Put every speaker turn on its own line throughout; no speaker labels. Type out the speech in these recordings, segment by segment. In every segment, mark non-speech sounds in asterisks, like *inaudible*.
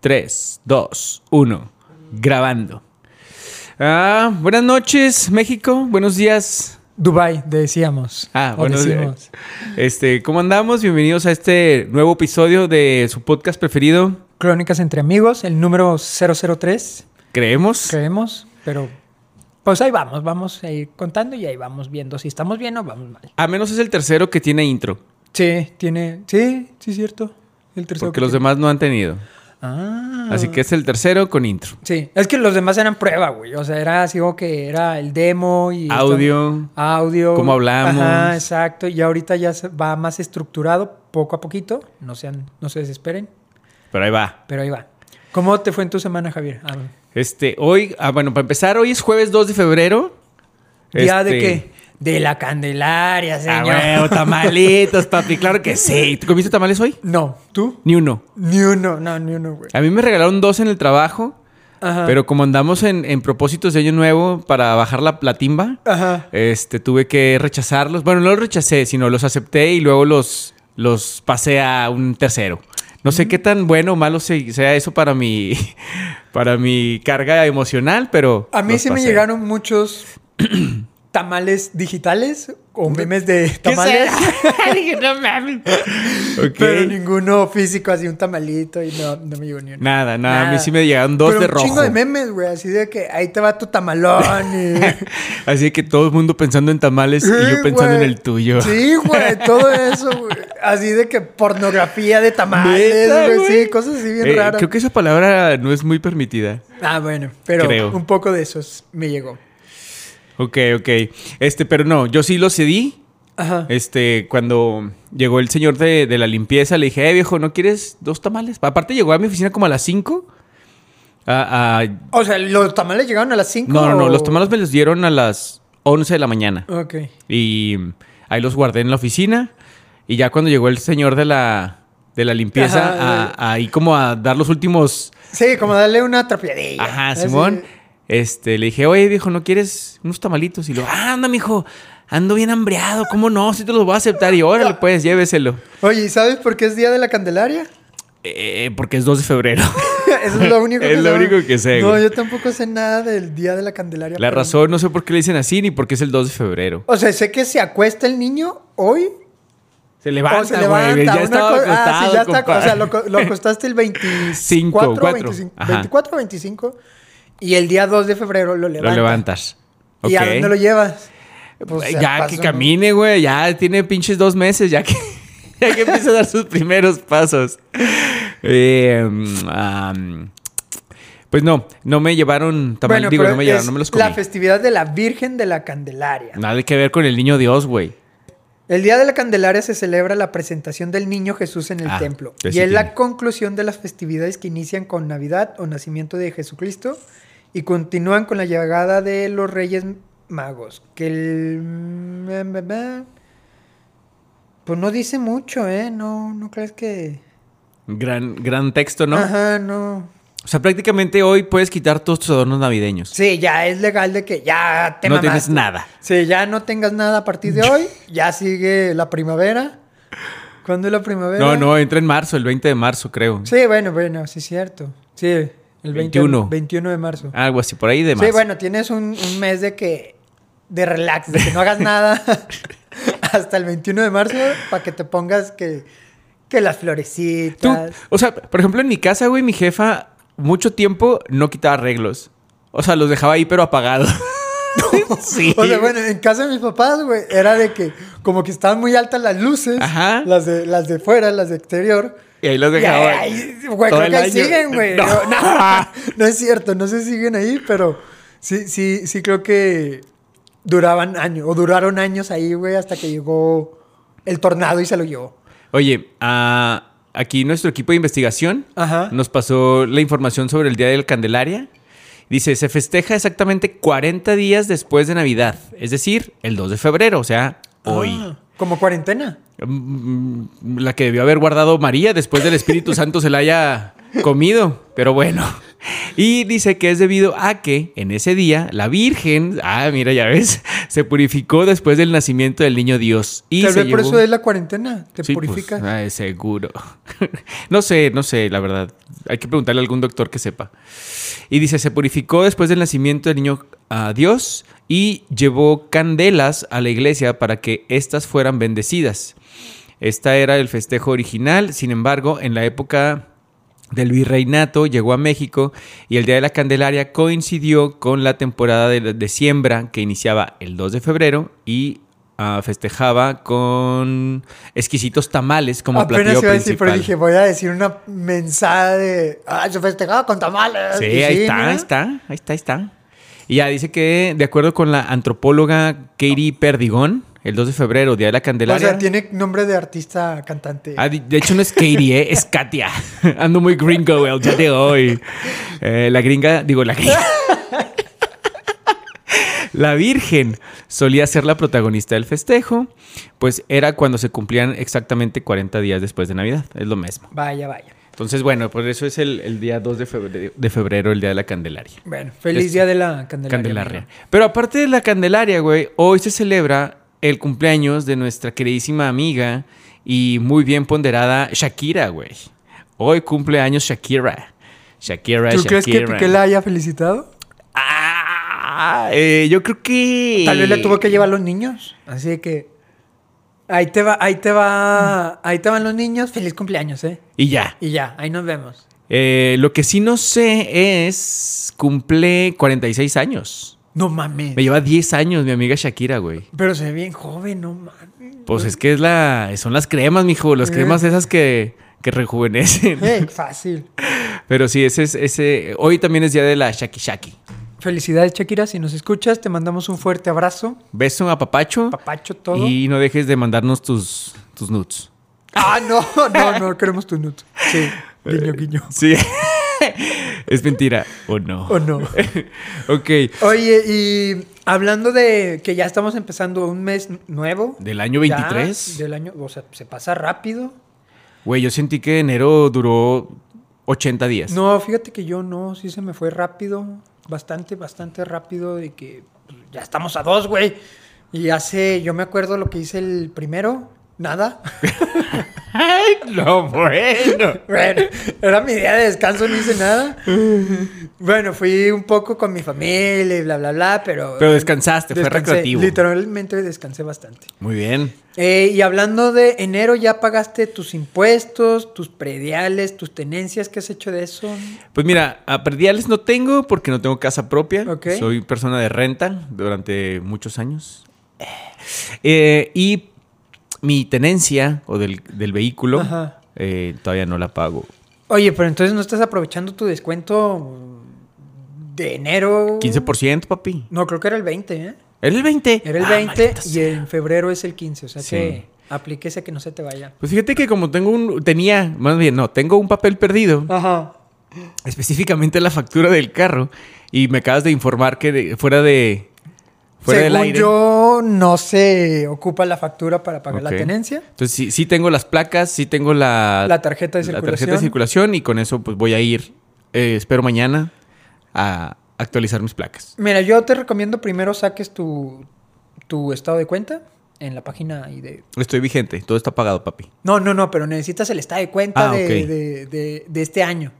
3, 2, 1. Grabando. Ah, buenas noches, México. Buenos días.
Dubai, decíamos.
Ah,
O
buenos días.
decimos.
Este, ¿cómo andamos? Bienvenidos a este nuevo episodio de su podcast preferido.
Crónicas entre amigos, el número 003,
Creemos.
creemos, pero pues ahí vamos, vamos a ir contando y ahí vamos viendo si estamos bien o vamos mal.
A menos es el tercero que tiene intro,
Sí, tiene, sí, sí cierto. El tercero.
porque
que
los
tiene.
demás no han tenido.
Ah.
Así que es el tercero con intro.
Sí, es que los demás eran prueba, güey. O sea, era así como que era el demo y... esto-
Audio.
Audio.
Cómo hablamos.
Ajá, exacto. Y ahorita ya se- va más estructurado, poco a poquito. No sean, no se desesperen,
Pero ahí va.
pero ahí va. ¿Cómo te fue en tu semana, Javier? Ah,
Este, hoy, ah, bueno, para empezar, hoy es jueves 2 de febrero.
¿Día
Este,
de qué? De la Candelaria,
Ah,
señor.
huevo, tamalitos, papi, claro que sí. ¿Tú comiste tamales hoy?
No, ¿tú?
Ni uno.
Ni uno, no, ni uno, güey.
A mí me regalaron dos en el trabajo,
Ajá.
Ah, pero como andamos en, en propósitos de año nuevo para bajar la platimba,
Ajá.
este, tuve que rechazarlos. Bueno, no los rechacé, sino los acepté y luego los, los pasé a un tercero. No
Mm.
sé qué tan bueno o malo se- sea eso para mi, *laughs* para mi carga emocional, pero...
A mí
los
sí me
pasé.
llegaron muchos *clears throat* tamales digitales o memes de tamales. *laughs*
*laughs* Dije, no mames. Ok.
Pero ninguno físico, así un tamalito y no, no me llegó ni uno.
Nada, nada, a mí
Nada.
sí me llegaron dos
Pero
de
un
rojo.
chingo de memes, güey, así de que ahí te va tu tamalón y...
*laughs* Así que todo el mundo pensando en tamales y
Sí,
yo pensando en
güey.
el tuyo.
Sí,
*laughs*
güey, todo eso, güey. Así de que pornografía de tamales,
¿Neta,
güey,
güey?
sí, cosas así bien
Eh,
raras.
Creo que esa palabra no es muy permitida.
Ah, bueno, pero
Creo.
un poco de esos me llegó.
Ok, ok. Este, pero no, yo sí lo cedí.
Ajá.
Este, cuando llegó el señor de, de la limpieza, le dije, eh, viejo, ¿no quieres dos tamales? Aparte, llegó a mi oficina como a las 5.
O sea, ¿los tamales llegaron a las 5?
no, no, no, los tamales me los dieron a las 11 de la mañana.
Ok.
Y ahí los guardé en la oficina. Y ya cuando llegó el señor de la, de la limpieza,
Ajá.
a- a- ahí como a dar los últimos
Sí, como darle una trapeadilla.
Ajá,
Así.
Simón. Este, le dije, oye, viejo, ¿no quieres unos tamalitos? Y lo, ah, anda, mijo, ando bien hambreado, ¿cómo no? Si te los voy a aceptar. Y órale, pues, lléveselo.
Oye, ¿y sabes por qué es Día de la Candelaria? *laughs*
Eh, porque es 2 de febrero. *laughs*
Eso es lo único que
Es lo
sabe.
único que sé,
No,
güey.
yo tampoco sé nada del Día de la Candelaria.
La
pero-
razón, no sé por qué le dicen así, ni por qué es el 2 de febrero.
O sea, sé que se acuesta el niño hoy.
Se levanta,
o se
güey,
levanta.
Ya
una
estaba
co- ah,
acostado,
sí, ya está.
compadre.
O sea, lo, co-
*laughs*
lo acostaste el 24,
Cinco, cuatro,
25,
ajá.
24, 25. Y el día 2 de febrero
Lo
lo levantas.
levantas.
¿Y a
Ok.
dónde lo llevas?
Eh,
Pues,
ya
pasó,
que
¿no?
camine, güey. Ya tiene pinches dos meses, ya que, *laughs* ya que empieza a dar sus primeros pasos. Eh, mm, am, pues no, no me llevaron tamal,
Bueno,
digo,
pero
no me llevaron,
es
no me los comí.
La festividad de la Virgen de la Candelaria.
Nada que ver con el niño Dios, güey.
El Día de la Candelaria se celebra la presentación del niño Jesús en el
Ah,
templo.
pues
y
sí
es la
tiene.
conclusión de las festividades que inician con Navidad o nacimiento de Jesucristo y continúan con la llegada de los Reyes Magos. Que el. Pues no dice mucho, ¿eh? No, no crees que.
Gran, gran texto, ¿no?
Ajá, no.
O sea, prácticamente hoy puedes quitar todos tus adornos navideños.
Sí, ya es legal de que ya te
no
mamaste.
tienes nada.
Sí, ya no tengas nada a
*laughs*
partir de hoy. Ya sigue la primavera. ¿Cuándo es la primavera?
No, no, entra en marzo, el 20 de marzo, creo.
Sí, bueno, bueno, sí, cierto. Sí, el 20
21.
21 de marzo.
Algo así, por ahí Ah, de marzo.
sí, bueno, tienes un, un mes de que. de relax, de que no hagas nada *laughs* hasta el 21 de marzo para que te pongas que. que las
Tú,
florecitas.
o sea, por ejemplo, en mi casa, güey, mi jefa mucho tiempo no quitaba arreglos. O sea, los dejaba ahí, pero
*laughs*
apagados. sí.
O sea, bueno, en casa de mis papás, güey, era de que como que estaban muy altas las luces,
Ajá.
las de las de fuera, las de exterior.
Y ahí los
Y
dejaba.
ahí- güey,
todo
creo
el
que ahí
año.
siguen, güey.
No.
No, *laughs* no, no es cierto, no se siguen ahí, pero sí, sí, sí creo que duraban años, o duraron años ahí, güey, hasta que llegó el tornado y se lo llevó.
Oye, ah, aquí nuestro equipo de investigación
Ajá.
nos pasó la información sobre el Día del Candelaria. Dice, se festeja exactamente 40 días después de Navidad, es decir, el 2 de febrero, o sea, hoy.
Ah, como cuarentena. *laughs*
Mm, La que debió haber guardado María después del Espíritu Santo se la haya comido, pero bueno. Y dice que es debido a que en ese día la Virgen, ah, mira, ya ves, se purificó después del nacimiento del niño Dios. Y
Tal
se
vez por
llevó-
eso es la cuarentena, te
Sí, pues,
purifica.
ay, seguro. *laughs* no sé, no sé, la verdad. Hay que preguntarle a algún doctor que sepa. Y dice, se purificó después del nacimiento del niño a Dios y llevó candelas a la iglesia para que éstas fueran bendecidas. Esta era el festejo original, sin embargo, en la época del virreinato llegó a México y el Día de la Candelaria coincidió con la temporada de, de siembra que iniciaba el 2 de febrero y ah, festejaba con exquisitos tamales como
Apenas
platillo
iba a decir, pero
principal.
dije, voy a decir una mensada de. Ah, se festejaba con tamales.
Sí,
Y
ahí
"Ah, sí,
está,
¿no?
ahí está, ahí está, ahí está. Y ya dice que, de acuerdo con la antropóloga Katie Perdigón, el 2 de febrero, Día de la
O
Candelaria.
sea, tiene nombre de artista cantante.
Ah, di- de hecho, no es Katie, ¿eh? es Katia. *laughs* Ando muy gringo el día de hoy. Eh, la gringa, digo, la gringa. *laughs* La Virgen solía ser la protagonista del festejo, pues era cuando se cumplían exactamente 40 días después de Navidad, es lo mismo.
Vaya, vaya.
Entonces, bueno, por eso es el, el día 2 de febrero, de febrero, el día de la Candelaria.
Bueno, feliz
Es-
día de la Candelaria.
este, Candelaria.
amigo.
Pero aparte de la Candelaria, güey, hoy se celebra el cumpleaños de nuestra queridísima amiga y muy bien ponderada Shakira, güey. Hoy cumpleaños Shakira. Shakira,
¿Tú
Shakira.
crees que Piqué la haya felicitado?
Ah, eh, yo creo que...
Tal vez la tuvo que llevar los niños. Así de que. Ahí te va, ahí te va, ahí te van los niños. Feliz cumpleaños, ¿eh?
Y ya.
Y ya, ahí nos vemos.
Eh, lo que sí no sé es... Cumple 46 años.
No mames.
Me lleva 10 años mi amiga Shakira, güey.
Pero se ve bien joven, no mames.
Pues es que es la... Son las cremas, mijo. Las
Eh.
cremas esas que... Que rejuvenecen.
*laughs* Ey, Eh, fácil.
Pero sí, ese es ese. Hoy también es día de la Shaki Shaki.
Felicidades, Shakira. Si nos escuchas, te mandamos un fuerte abrazo.
Beso a Papacho.
Papacho todo.
Y no dejes de mandarnos tus, tus nudes.
Ah, no, no, no, queremos tu nut. Sí, guiño, guiño.
Sí. *laughs* es mentira. O no.
O no.
Ok.
Oye, y hablando de que ya estamos empezando un mes nuevo.
Del año
ya
23.
del año, o sea, se pasa rápido.
Güey, yo sentí que enero duró 80 días.
No, fíjate que yo no, sí se me fue rápido, bastante, bastante rápido de que pues, ya estamos a dos, güey. Y hace, yo me acuerdo lo que hice el primero, nada.
*laughs*
*laughs*
Ay, no, bueno.
Bueno, era mi día de descanso, no hice nada. Bueno, fui un poco con mi familia y bla, bla, bla, pero...
Pero descansaste, fue
Descansé,
recreativo.
Literalmente descansé bastante.
Muy bien.
Eh, y hablando de enero, ya pagaste tus impuestos, tus prediales, tus tenencias, ¿qué has hecho de eso?
Pues mira, a perdiales no tengo porque no tengo casa propia.
Ok.
Soy persona de renta durante muchos años. Eh, y mi tenencia o del, del vehículo
Ajá.
eh, todavía no la pago.
Oye, pero entonces no estás aprovechando tu descuento de enero.
15%, papi.
No, creo que era el 20, ¿eh?
Era el 20.
Era el
Ah,
20
maldita
y
sea.
en febrero es el 15, o sea
Sí.
que aplíquese que no se te vaya.
Pues fíjate que como tengo un... Tenía, más bien, no, tengo un papel perdido.
Ajá.
Específicamente la factura del carro. Y me acabas de informar que de- fuera de... Fuera
Según
del aire.
yo, no se ocupa la factura para pagar la
Ok.
tenencia.
Entonces, sí, sí tengo las placas, sí tengo la,
La tarjeta de
la tarjeta de circulación y con eso pues voy a ir, eh, espero mañana, a actualizar mis placas.
Mira, yo te recomiendo primero saques tu, tu estado de cuenta en la página ahí de...
Estoy vigente, todo está pagado, papi.
No, no, no, pero necesitas el estado de cuenta
Ah,
de,
ok.
de- de- de este año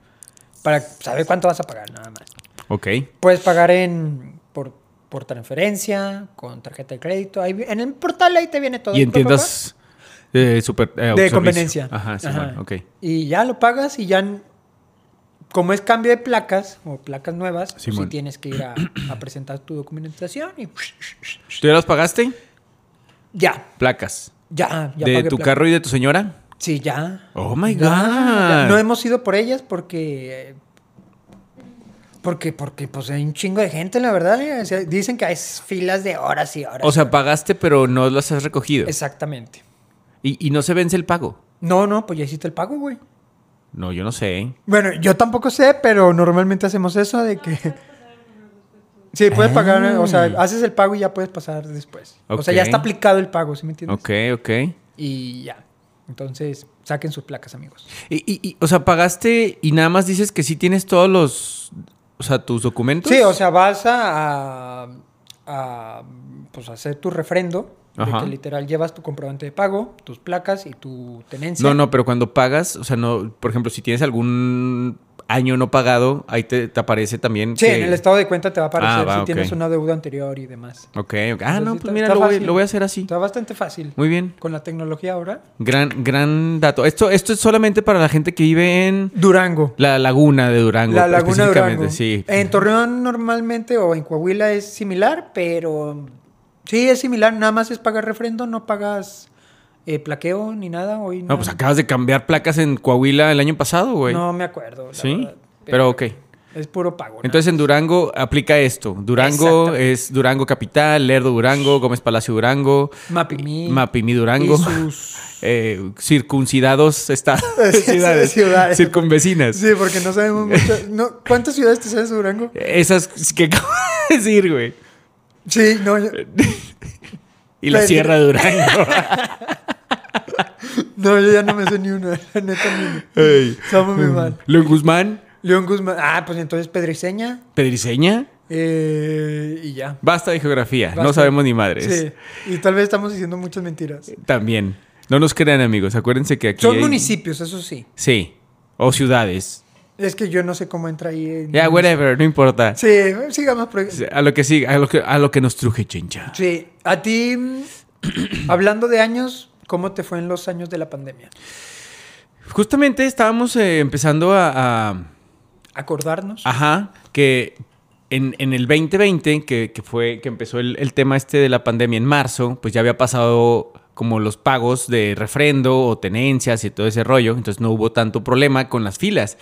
para saber cuánto vas a pagar, nada más.
Ok.
Puedes pagar en por, por transferencia, con tarjeta de crédito. Ahí vi- en el portal ahí te viene todo.
Y entiendas eh, super, eh,
De
autoservicio.
conveniencia.
Ajá, sí,
Ajá.
bueno, ok.
Y ya lo pagas y ya. n- Como es cambio de placas o placas nuevas, pues sí
Simón.
tienes que ir a, a presentar tu documentación y
¿Tú ya las pagaste?
ya,
Placas.
ya, ya.
¿De
pagué
tu
placas.
carro y de tu señora?
Sí, ya.
Oh my
Ya,
God.
ya. No hemos ido por ellas porque. eh, Porque, porque, pues hay un chingo de gente, la verdad. eh, o sea, dicen que hay filas de horas y horas.
O sea, pagaste pero no las has recogido.
Exactamente.
Y, y no se vence el pago.
No, no, pues ya hiciste el pago, güey.
No, yo no sé.
Bueno, yo tampoco sé, pero normalmente hacemos eso de que... Sí, puedes pagar, o sea, haces el pago y ya puedes pasar después. O sea, ya
Ok.
está aplicado el pago, ¿sí me entiendes?
Ok, ok.
Y ya. Entonces, Saquen sus placas, amigos.
Y, y- y, o sea, pagaste y nada más dices que sí tienes todos los. O sea, tus documentos.
Sí, o sea, vas a, a- a, pues, hacer tu refrendo,
Ajá.
de que literal llevas tu comprobante de pago, tus placas y tu tenencia.
No, no, pero cuando pagas, o sea, no. Por ejemplo, si tienes algún año no pagado, ahí te, te aparece también.
Sí,
que-
en el estado de cuenta te va a aparecer
Ah, va,
si
ok.
tienes una deuda anterior y demás.
Ok, ok. Ah,
Entonces,
no, pues
sí, está-
mira,
está
lo voy,
fácil.
lo voy a hacer así.
Está bastante fácil.
Muy bien.
Con la tecnología ahora.
Gran, gran dato. Esto, esto es solamente para la gente que vive en
Durango.
la laguna de Durango.
La laguna de
específicamente,
Durango. Eh,
Sí.
En Torreón normalmente o en Coahuila es similar, pero sí es similar. Nada más es pagar refrendo, no pagas eh, plaqueo ni nada. Hoy
No, pues acabas de cambiar placas en Coahuila el año pasado, güey.
No me acuerdo. la
sí.
verdad, eh,
pero ok.
Es puro pago. ¿no?
Entonces en Durango aplica esto. Durango
Exactamente.
es Durango Capital, Lerdo Durango, Gómez Palacio Durango,
Mapimí.
Mapimí Durango,
Y sus-
*laughs* eh, circuncidados
*laughs*
estados, ciudades,
Ciudades.
circunvecinas.
Sí, porque no sabemos mucho. No, ¿Cuántas ciudades te sabes de Durango?
Esas que acabo de *laughs* decir, güey.
Sí, no. yo-
Y la
Pero-
Sierra de Durango. *laughs*
No, yo ya no me sé ni una, *laughs* la neta ni.
Ey. Mm.
Estamos muy mal.
León Guzmán,
León Guzmán. Ah, pues entonces Pedriceña.
Pedriseña.
eh, y ya.
Basta de geografía, no
Basta.
sabemos ni
Pues.
madres.
Sí. Y tal vez estamos diciendo muchas mentiras.
También. No nos crean, amigos. Acuérdense que aquí.
Son
hay-
municipios, eso sí.
Sí. O ciudades.
Es que yo no sé cómo entra ahí. en-
Ya, whatever, no importa.
Sí, sigamos. por-
A lo que sí, a lo que, a lo que nos truje, chencha.
Sí. A ti, *clears throat* mm, hablando de años, ¿cómo te fue en los años de la pandemia?
Justamente estábamos eh, empezando a, a-
Acordarnos.
Ajá, que en, en el 2020, que, que fue que empezó el, el tema este de la pandemia en marzo, pues ya había pasado como los pagos de refrendo o tenencias y todo ese rollo, entonces no hubo tanto problema con las filas.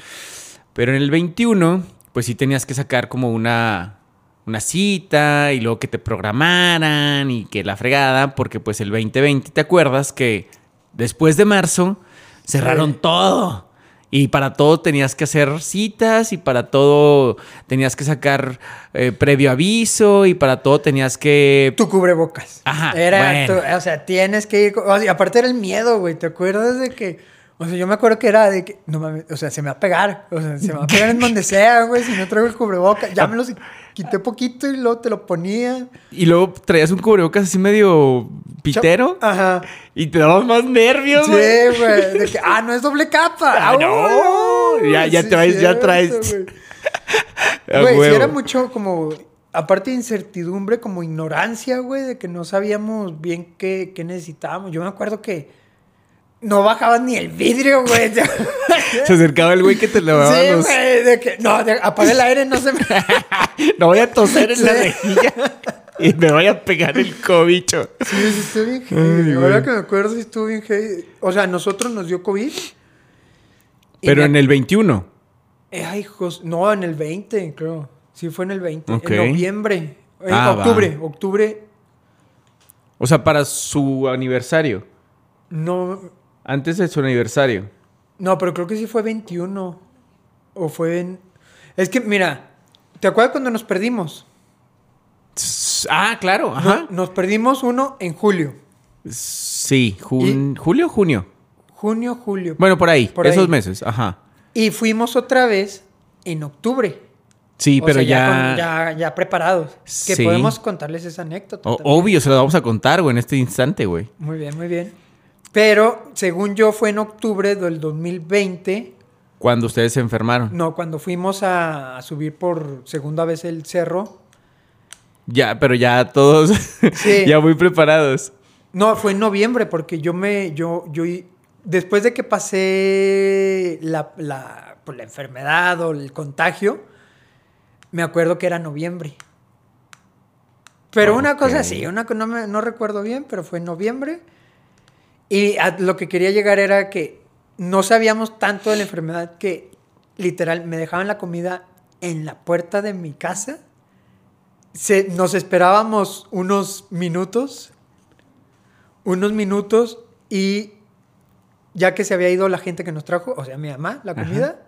Pero en el 21, pues sí tenías que sacar como una, una cita y luego que te programaran y que la fregada, porque pues el 2020, ¿te acuerdas que después de marzo cerraron
Sí.
todo? Y para todo tenías que hacer citas y para todo tenías que sacar eh, previo aviso y para todo tenías que...
Tu cubrebocas.
Ajá,
Era
bueno.
tu- o sea, tienes que ir. con- o sea, y aparte era el miedo, güey. ¿Te acuerdas de que.? O sea, yo me acuerdo que era de que. No mames, o sea, se me va a pegar. O sea, se me va a
*laughs*
pegar en donde sea, güey. Si no traigo el cubrebocas. Ya me
Ah.
lo quité poquito y luego te lo ponía.
Y luego traías un cubrebocas así medio pitero
Ajá.
y te dabas más nervios,
Sí,
güey.
güey. De que, ah, no es doble capa.
Ah,
Ah,
no.
güey,
Ya- ya traes- ya traes.
güey.
A
Güey, sí
huevo.
era mucho como, aparte de incertidumbre, como ignorancia, güey, de que no sabíamos bien qué, qué necesitábamos. Yo me acuerdo que no bajaban ni el vidrio, güey. *laughs* sí,
Se acercaba el güey que te lavaba los...
güey, de que, no, de- apaga el aire, no
*laughs*
se me...
No voy a toser en la
Sí.
rejilla *laughs* y me voy a pegar el cobicho.
Sí, sí, estuvo bien
Ay,
heavy.
güey.
Ahora que me acuerdo, sí estuvo bien heavy. O sea, a nosotros nos dio COVID. y
Pero
me-
en el 21.
Eh, Ay, Jos- no, en el 20, creo. Sí, fue en el 20.
Ok.
En noviembre. En
Ah, va.
octubre. Octubre.
O sea, para su aniversario.
No,
Antes de su aniversario.
no, pero creo que sí fue 21. O fue en... Es que, mira, ¿te acuerdas cuando nos perdimos?
S- Ah, claro, ajá.
Nos perdimos uno en julio.
Sí, jun- julio o junio.
Junio, julio.
Bueno, por ahí,
Por
esos
ahí.
meses, ajá.
Y fuimos otra vez en octubre.
Sí,
O
pero
sea,
ya.
con- ya, ya preparados. Que
Sí. Oh,
podemos contarles esa anécdota.
O-
también.
obvio, se lo vamos a contar, güey, en este instante, güey.
Muy bien, muy bien. Pero, según yo, fue en octubre del 2020.
Cuando ustedes se enfermaron.
No, cuando fuimos a, a subir por segunda vez el cerro.
Ya, pero ya todos. *laughs*
Sí.
ya muy preparados.
No, fue en noviembre, porque yo me, yo, yo, i- después de que pasé la, la, pues, la enfermedad o el contagio, me acuerdo que era noviembre. Pero una cosa
Ok.
sí, una co- no, me- no recuerdo bien, pero fue en noviembre. Y a lo que quería llegar era que no sabíamos tanto de la enfermedad que literal me dejaban la comida en la puerta de mi casa. Se, nos esperábamos unos minutos, unos minutos y ya que se había ido la gente que nos trajo, o sea, mi mamá, la
Ajá.
comida,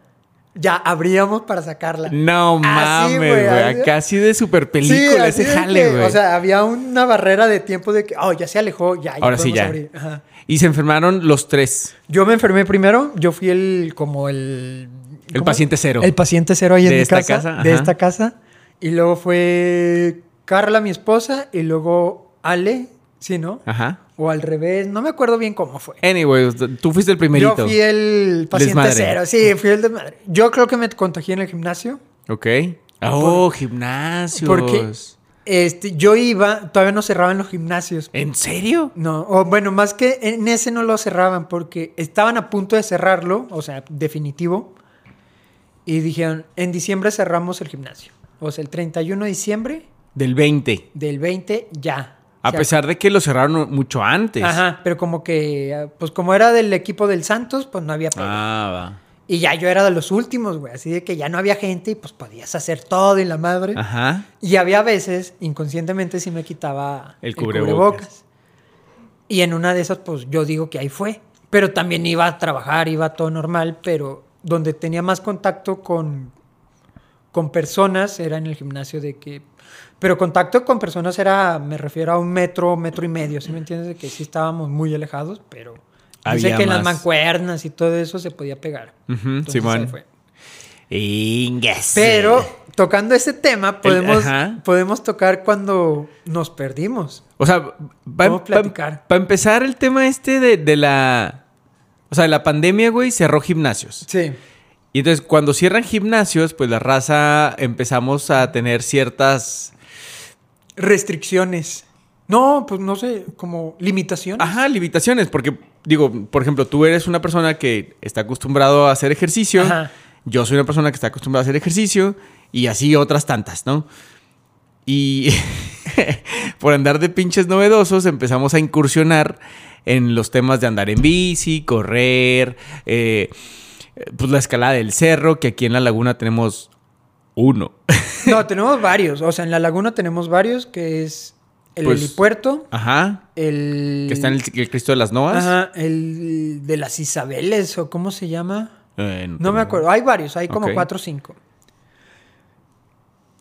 ya abríamos para sacarla.
No
Así,
mames,
Ah, güey,
güey.
así-
Acá sí de super
Sí,
película
así
ese
de
jale,
que,
güey.
O sea, había una barrera de tiempo de que, oh, ya se alejó, ya, ya
Ahora sí,
podemos
ya.
abrir. Ajá.
Y se enfermaron los tres.
Yo me enfermé primero, yo fui el como el
El
¿cómo?
paciente cero.
El paciente cero ahí en
De
mi
esta
casa,
casa,
de
ajá.
esta casa y luego fue Carla mi esposa y luego Ale, sí, ¿no?
Ajá.
O al revés, no me acuerdo bien cómo fue.
Anyways, tú fuiste el primerito.
Yo fui el paciente
Desmadre.
cero, sí, fui el de madre. Yo creo que me contagié en el gimnasio.
Ok. Oh, gimnasios.
Porque este, yo iba, todavía no cerraban los gimnasios.
¿En serio?
No, o bueno, más que en ese no lo cerraban porque estaban a punto de cerrarlo, o sea, definitivo. Y dijeron, en diciembre cerramos el gimnasio. O sea, el 31 de diciembre
Del 20.
del 20 ya.
A
Se
pesar de que lo cerraron mucho antes.
acabó. Ajá, pero como que, ah, pues como era del equipo del Santos, pues no había pedo.
Ah,
Y ya yo era de los últimos, güey, así de que ya no había gente y pues podías hacer todo y la madre.
va. Ajá.
Y había veces, inconscientemente, sí me quitaba
El cubrebocas.
Y en una de esas, pues yo digo que ahí fue. Pero también iba a trabajar, iba todo normal, pero donde tenía más contacto con, con personas era en el gimnasio de que... Pero contacto con personas era, me refiero a un metro, metro y medio, ¿sí me entiendes? De que sí estábamos muy alejados, pero... Dice
Había
que en las
más.
mancuernas y todo eso se podía pegar.
Ujú,
Entonces,
Simón.
ahí fue.
Ingas.
Pero tocando ese tema, podemos,
ajá.
podemos tocar cuando nos perdimos.
O sea, para
Vamos a platicar.
empezar el tema este de, de la... O sea, la pandemia, güey, cerró gimnasios.
Sí.
Y entonces cuando cierran gimnasios, pues la raza empezamos a tener ciertas...
Restricciones. No, pues no sé, como limitaciones.
Ajá, limitaciones. Porque, digo, por ejemplo, tú eres una persona que está acostumbrado a hacer ejercicio.
Ajá.
Yo soy una persona que está acostumbrada a hacer ejercicio. Y así otras tantas, ¿no? Y *laughs* por andar de pinches novedosos empezamos a incursionar en los temas de andar en bici, correr, eh, pues la escalada del cerro, que aquí en la laguna tenemos uno.
No, tenemos varios. O sea, en la laguna tenemos varios, que es el
Pues-
helipuerto,
Ajá.
el...
Que está en el, el Cristo de las Noas.
Mm. Ajá, el de las Isabeles, o cómo se llama.
Eh,
No me acuerdo. Hay varios, hay como
Ok.
cuatro o cinco.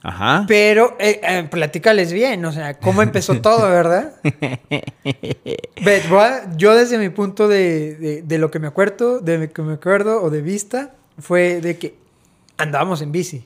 Ajá.
Pero eh, eh, platícales bien, o sea, cómo empezó todo, ¿verdad? Ve, voy a- yo desde mi punto de, de- de lo que me acuerdo, de lo que me acuerdo o de vista, fue de que andábamos en bici.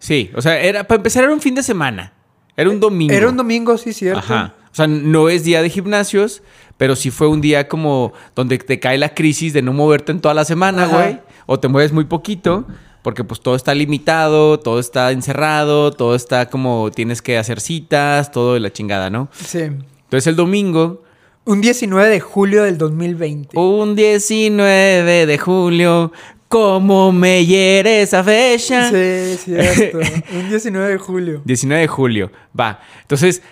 Sí, o sea, era para empezar era un fin de semana. Era un domingo.
Era un domingo, sí, cierto.
Ajá. O sea, no es día de gimnasios, pero sí fue un día como donde te cae la crisis de no moverte en toda la semana,
Ajá.
güey. O te mueves muy poquito, porque pues todo está limitado, todo está encerrado, todo está como tienes que hacer citas, todo de la chingada, ¿no?
Sí.
Entonces el domingo,
Un 19 de julio del 2020.
un 19 de julio, ¿cómo me hiere esa fecha?
Sí, cierto. un 19 de julio.
19 de julio, va. Entonces,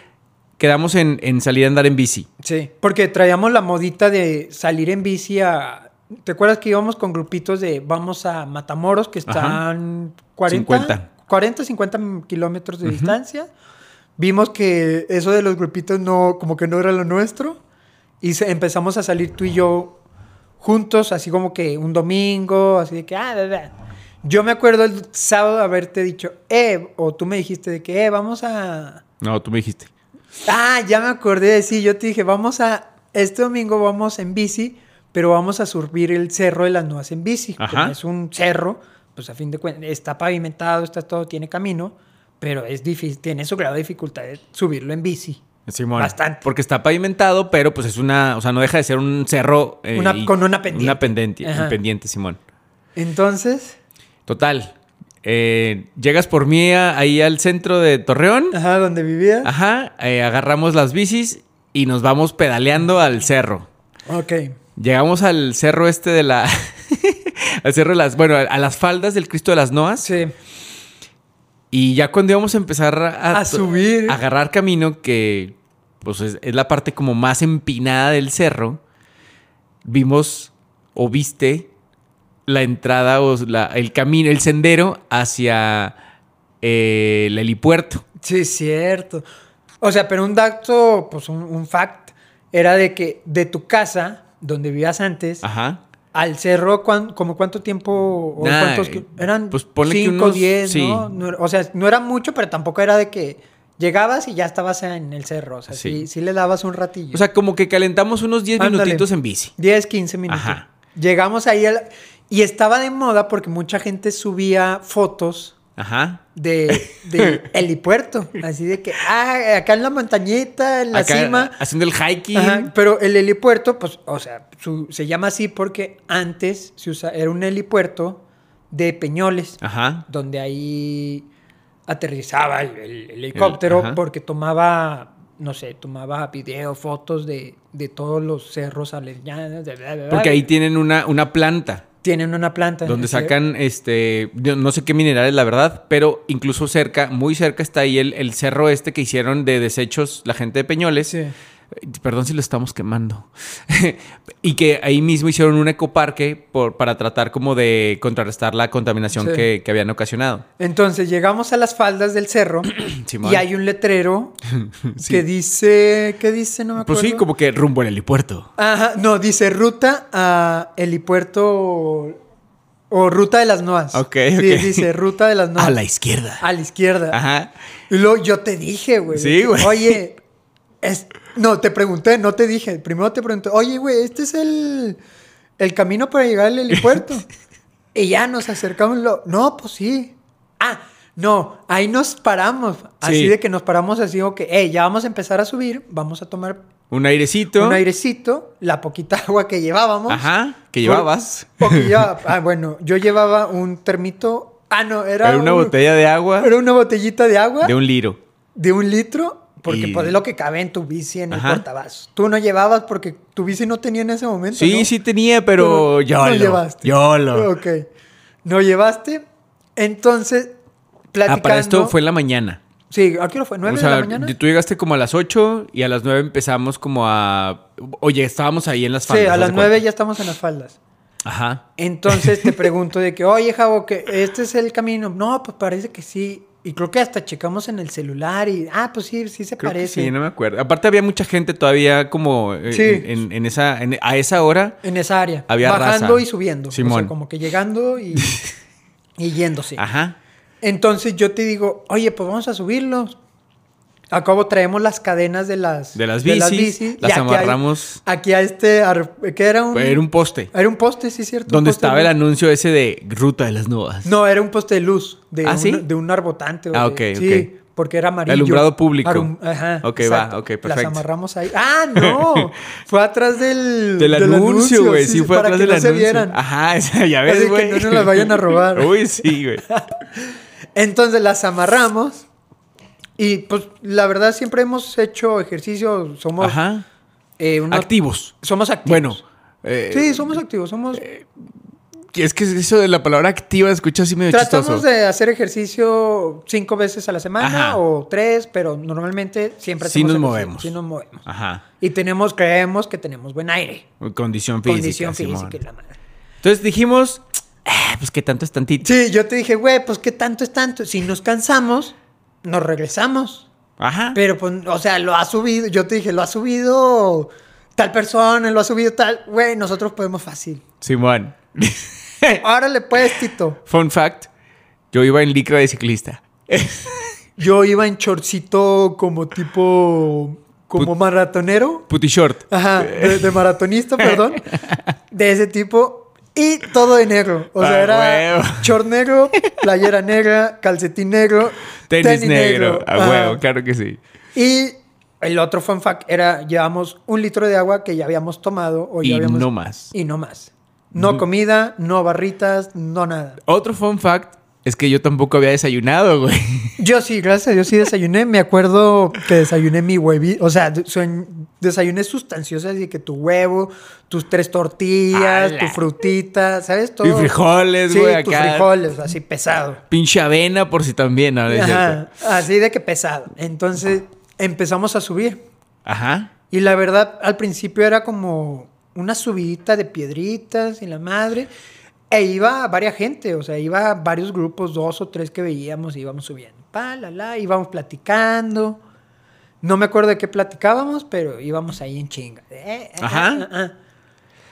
quedamos en, en salir a andar en bici.
Sí, porque traíamos la modita de salir en bici a... ¿Te acuerdas que íbamos con grupitos de vamos a Matamoros, que
Ajá.
están 40,
50.
40, 50 kilómetros de distancia? Vimos que eso de los grupitos no, como que no era lo nuestro. Y se- empezamos a salir tú y yo juntos, así como que un domingo, así de que, ah, da, da. Yo me acuerdo el sábado haberte dicho, eh, o tú me dijiste de que, eh, vamos a...
No, tú me dijiste.
Ah, ya me acordé, sí, yo te dije, vamos a, este domingo vamos en bici, pero vamos a subir el cerro de las nuevas en bici.
Ajá.
Como Es un cerro, pues a fin de cuentas, está pavimentado, está todo, tiene camino, pero es difícil, tiene su grado de dificultad de subirlo en bici.
Simón.
Bastante.
Porque está pavimentado, pero pues es una, o sea, no deja de ser un cerro. eh,
Una-
y-
con una pendiente.
Una pendiente,
Ajá.
un pendiente, Simón.
Entonces,
Total. eh, llegas por mí a- ahí al centro de Torreón.
ajá, donde vivía.
Ajá. eh, agarramos las bicis y nos vamos pedaleando al cerro.
Ok.
Llegamos al cerro este de la. *laughs* al cerro de las. Bueno, a, a las faldas del Cristo de las Noas.
Sí.
Y ya cuando íbamos a empezar a,
A subir.
a agarrar camino, que pues es, es la parte como más empinada del cerro, vimos o viste la entrada o la- el camino, el sendero hacia eh, el helipuerto.
Sí, cierto. O sea, pero un dato, pues un, un fact, era de que de tu casa, donde vivías antes,
Ajá.
Al cerro, ¿cuán- como cuánto tiempo? o
Nah,
cuántos
eh,
que- eran
pues ponle que
5,
unos-
10,
sí.
¿no? No era- O sea, no era mucho, pero tampoco era de que llegabas y ya estabas en el cerro. O sea, sí,
Sí.
sí, le dabas un ratillo.
O sea, como que calentamos unos 10
Ándale.
minutitos en bici.
10, 15 minutos.
Ajá.
Llegamos ahí al- y estaba de moda porque mucha gente subía fotos
Ajá.
de,
*laughs*
de helipuerto. Así de que, ah, acá en la montañita, en la
Acá,
cima.
Haciendo el hiking.
Ajá, pero el helipuerto, pues, o sea, su- se llama así porque antes se usa, era un helipuerto de Peñoles,
Ajá.
donde ahí aterrizaba el, el helicóptero
ajá.
porque tomaba, no sé, tomaba video, fotos de, de todos los cerros aledaños. de bla, bla, bla.
Porque ahí tienen una, una planta
tienen una planta.
donde
así de-
sacan, este, yo no sé qué minerales, la verdad, pero incluso cerca, muy cerca está ahí el, el cerro este que hicieron de desechos la gente de Peñoles.
Sí.
Eh, Perdón si lo estamos quemando. *laughs* y que ahí mismo hicieron un ecoparque por, para tratar como de contrarrestar la contaminación
Sí.
que, que habían ocasionado.
Entonces llegamos a las faldas
*coughs*
del cerro
Simón.
y hay un letrero
*laughs* Sí.
que dice, ¿qué dice? No me acuerdo.
Pues sí, como que rumbo al helipuerto.
Ajá, no, dice ruta a helipuerto o, o ruta de las noas.
Ok,
Sí,
ok.
dice ruta de las noas.
*laughs* A la izquierda.
A la izquierda.
Ajá.
Y luego yo te dije, güey.
Sí,
de que,
güey. *laughs*
Oye, es... no, te pregunté, no te dije. Primero te pregunté, oye, güey, este es el, el camino para llegar
*laughs*
al helipuerto. y ya nos acercamos. lo- No, pues sí. Ah, no, ahí nos paramos. Así
Sí.
de que nos paramos así, ok, hey, ya vamos a empezar a subir, vamos a tomar
Un airecito.
un airecito, la poquita *laughs* agua que llevábamos.
Ajá. Que
Por-
llevabas. *laughs*
O que llevaba- ah, bueno, yo llevaba un termito. Ah, no, era,
Era una
un-
botella de agua
Era una botellita de agua
de un liro.
litro, porque
Y-
pues es lo que cabe en tu bici en
Ajá.
el portavasos. Tú no llevabas porque tu bici no tenía en ese momento.
Sí,
¿no?
sí tenía,
Tú
pero
no
YOLO.
llevaste.
YOLO. Ah,
Ok. No llevaste. Entonces, platicando.
Ah, para esto fue en la mañana.
Sí, ¿a qué hora fue? ¿Nueve
O sea,
de la mañana?
tú llegaste como a las 8 y a las 9 empezamos como a... Oye, estábamos ahí en las
Sí,
faldas.
a
haz
las
de
nueve
cuenta.
ya estamos en las faldas.
Ajá. *laughs*
Entonces te pregunto de que, oye, Javo, que este es el camino. No, pues parece que sí. Y creo que hasta checamos en el celular y, ah, pues sí, sí se
Creo que
parece.
sí, no me acuerdo. Aparte había mucha gente todavía como eh,
Sí.
en, en esa, en- a esa hora.
En esa área.
Había
Bajando
raza.
y subiendo. O
Simón. Ah.
sea, como que
*laughs*
llegando y, y yéndose.
Ajá.
Entonces yo te digo, oye, pues vamos a subirlos. Acabo traemos las cadenas de las,
De las bicis,
y
las
aquí hay-
amarramos.
Aquí a este, ar- ¿qué era un,
Era un poste.
era un poste, sí, cierto. un
Donde
poste de
estaba
luz.
el anuncio ese de Ruta de las Nubas.
No, era un poste de luz. De,
¿Ah,
un,
sí?
de un arbotante. o
Ah,
de-
ok,
Sí,
ok.
porque era amarillo.
alumbrado público.
ajá.
Ok, va, ok,
Las
perfecto.
amarramos ahí. ¡Ah,
*laughs*
no! fue atrás del...
Del anuncio, güey. Sí, fue
para
atrás
que
del
no
anuncio. Ah.
se vieran.
Ajá, *laughs* esa- ya
Así
ves,
que
güey.
no nos las vayan a
*laughs*
robar.
Uy, sí, güey.
Entonces las amarramos. Y pues la verdad siempre hemos hecho ejercicio. Somos
Ajá.
eh, unos-
Activos.
Somos activos.
Bueno. eh,
Sí, somos activos. Somos...
Es que eso de la palabra activa escucha así medio
Tratamos
chistoso.
de hacer ejercicio cinco veces a la semana
Ajá.
o tres, pero normalmente siempre
Sí
hacemos
nos
ejercicio,
movemos.
Sí nos movemos.
Ajá.
Y tenemos, creemos que tenemos buen aire.
Condición física.
condición
Simón.
física y la madre.
Entonces dijimos, "Ah, pues que tanto es tantito.
Sí, yo te dije, güey, pues qué tanto es tanto. Si nos cansamos, nos regresamos.
Ajá.
Pero, pues, o sea, lo ha subido. Yo te dije, lo ha subido tal persona, lo ha subido tal. Güey, nosotros podemos fácil.
Simón.
Órale, pues, Tito.
Fun fact: yo iba en licra de ciclista.
Yo iba en chorcito como tipo. como maratonero.
Putty short.
Ajá, de, de
*laughs*
maratonista, perdón. De ese tipo. Y todo de negro. O sea,
Ah,
era
huevo.
short negro, playera negra, calcetín negro,
Tenis, negro. A
Ajá.
huevo, claro que sí.
Y el otro fun fact era: llevamos un litro de agua que ya habíamos tomado. O ya
Y
habíamos-
no más. Mm.
Y no más. No comida, no barritas, no nada.
Otro fun fact es que yo tampoco había desayunado, güey.
Yo sí, gracias a Dios sí desayuné. Me acuerdo que desayuné mi huevito. O sea, de- soñ- desayuné sustanciosas y que tu huevo, tus tres tortillas,
¡Hala!
tu frutita, ¿sabes? Todo.
*laughs* Y frijoles,
Sí, pues,
güey,
tus
acá.
frijoles, así pesado.
Pinche avena por si también, ¿no? No es cierto.
Ajá, así de que pesado. Entonces empezamos a subir.
Ajá.
Y la verdad, al principio era como una subidita de piedritas y la madre. E iba varias gente, o sea, iba varios grupos, dos o tres que veíamos, y íbamos subiendo. Pa, la, la, íbamos platicando. No me acuerdo de qué platicábamos, pero íbamos ahí en chinga. Eh, eh,
Ajá.
ah, ah, ah.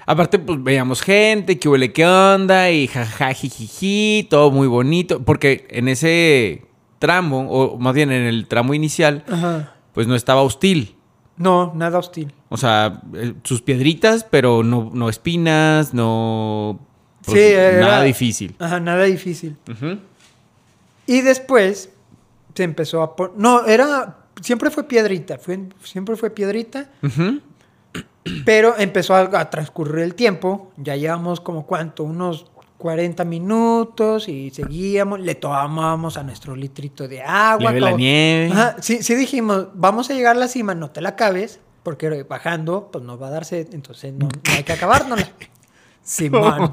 Aparte, pues veíamos gente, que huele qué onda, y jajaja, jijiji, todo muy bonito. Porque en ese tramo, o más bien en el tramo inicial,
Ajá.
pues no estaba hostil.
No, nada hostil.
O sea, eh, sus piedritas, pero no, no espinas, no. pues,
Sí, era-
Nada difícil.
Ajá, nada difícil.
Ujú.
Y después se empezó a poner... No, era... Siempre fue piedrita, fue- siempre fue piedrita,
Ujú.
pero empezó a, a transcurrir el tiempo. Ya llevamos como cuánto, unos 40 minutos y seguíamos, le tomábamos a nuestro litrito de agua.
Nieve la
como-
nieve.
Ajá, sí, sí dijimos, vamos a llegar a la cima, no te la acabes, porque bajando, pues nos va a dar sed, entonces no, no hay
*laughs*
que acabárnosla. Simón.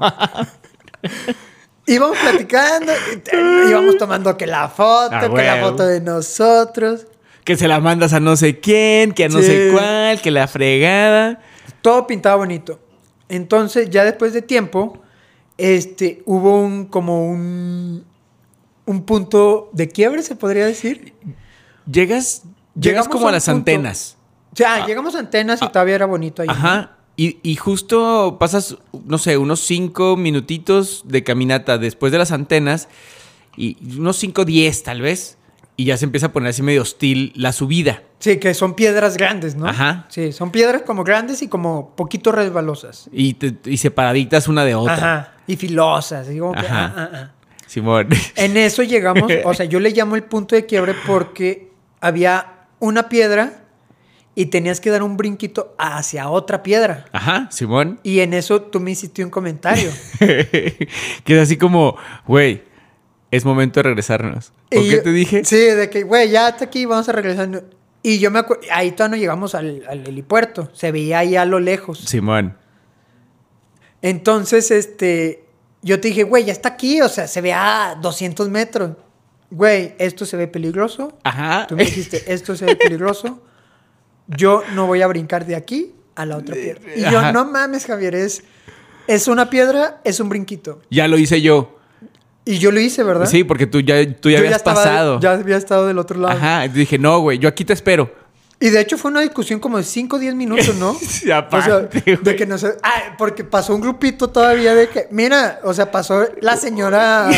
*laughs* íbamos platicando, y te- íbamos tomando que la foto,
Ah,
que la
huevo.
foto de nosotros,
Que se la mandas a no sé quién, que a no
Sí.
sé cuál, que la fregada.
todo pintaba bonito. Entonces, ya después de tiempo, este, hubo un, como un, un punto de quiebre, se podría decir.
Llegas, llegas
Llegamos
como
a
a
un
las
punto.
antenas.
O sea, llegamos a antenas y todavía era bonito ahí.
Ah. Ajá. Y, y justo pasas, no sé, unos cinco minutitos de caminata después de las antenas. Y unos cinco, diez tal vez. Y ya se empieza a poner así medio hostil la subida.
Sí, que son piedras grandes, ¿no?
Ajá.
Sí, son piedras como grandes y como poquito resbalosas.
Y, te- y separaditas una de otra.
Ajá. Y filosas. y como que,
Ajá.
ah, ah, ah.
Simón. *laughs*
En eso llegamos, o sea, yo le llamo el punto de quiebre porque había una piedra y tenías que dar un brinquito hacia otra piedra.
Ajá, Simón. *laughs*
Y en eso tú me hiciste un comentario.
que es así como, güey, es momento de regresarnos. ¿O
Y
qué
yo-
te dije?
Sí, de que, güey, ya hasta aquí, vamos a regresar. Y yo me acuerdo, ahí todavía no llegamos al, al helipuerto, se veía ahí a lo lejos.
Simón.
Entonces, este, yo te dije, güey, ya está aquí, o sea, se ve a 200 metros. Güey, esto se ve peligroso.
Ajá.
Tú me dijiste, esto se ve peligroso. Yo no voy a brincar de aquí a la otra piedra. Y yo,
Ajá.
no mames, Javier, es, es una piedra, es un brinquito.
*laughs* Ya lo hice yo.
Y yo lo hice, ¿verdad?
Sí, porque tú ya, tú ya
Yo
habías
estaba-
pasado.
Ya había estado del otro lado.
Ajá. Y dije, no, güey, yo aquí te espero.
Y de hecho fue una discusión como de 5 o 10 minutos, ¿no?
*laughs* Sí, aparte,
o sea, de
güey.
que no sé. Ah, porque pasó un grupito todavía de que. Mira, o sea, pasó
*laughs*
la señora.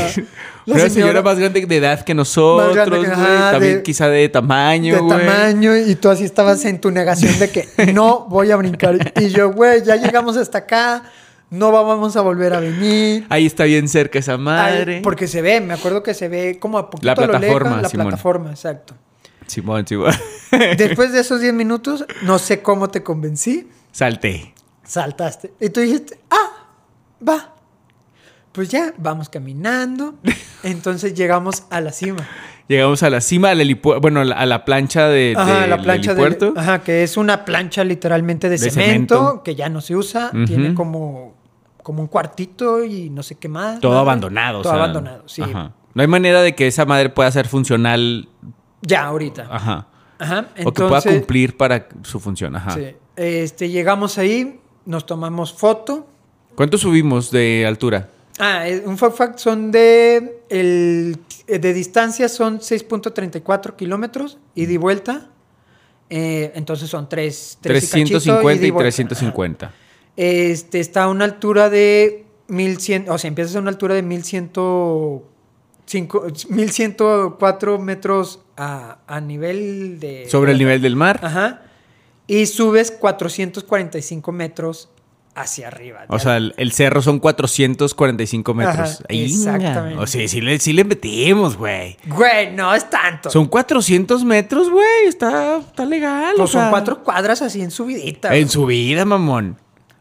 Una señora, más grande de edad que nosotros,
Más grande que-
güey,
ajá,
también
de-
quizá de tamaño,
de
güey.
tamaño y tú así estabas en tu negación de
*laughs*
que no voy a brincar. Y yo, güey, ya llegamos hasta acá, no vamos a volver a venir.
Ahí está bien cerca esa madre.
Ay, porque se ve, me acuerdo que se ve como a poquito
La
a lo lejos,
plataforma,
la
Simón.
plataforma, exacto.
Simón, Simón. *laughs*
Después de esos 10 minutos, no sé cómo te convencí,
Salté.
saltaste. Y tú dijiste, ah, va. Pues ya, vamos
*laughs*
caminando. Entonces llegamos a la cima.
Llegamos a la cima del helipuerto, bueno, a la- a la plancha de,
Ajá,
del
la plancha del-
helipuerto.
ajá, que es una plancha literalmente de,
De
cemento,
cemento.
que ya no se usa,
Ujú.
tiene como como un cuartito y no sé qué más.
Todo
¿no?
abandonado. o
Todo
sea,
abandonado, sí.
ajá. No hay manera de que esa madre pueda ser funcional.
Ya ahorita. Ajá.
Ajá. Ah. o que pueda
entonces,
cumplir para su función. Ajá.
sí, este llegamos ahí, nos tomamos foto.
¿Cuánto subimos de altura?
Ah, eh, un fun fact son de el eh, de distancia son 6.34 kilómetros ida y de vuelta. Eh, entonces son 3,
350 y, 350.
Este está a una altura de 1100, o sea, empiezas a una altura de 1105, 1104 metros a, a nivel de.
Sobre el nivel del mar.
Ajá. Y subes 445 metros hacia arriba.
O sea, el, el cerro son 445 metros.
Ajá,
Ay,
exactamente.
inga. O sea, sí le, sí le metimos, güey.
Güey, no es tanto.
Son 400 metros, güey. Está, está legal.
Pues
o sea.
son cuatro cuadras así en subidita.
En
güey.
subida, mamón.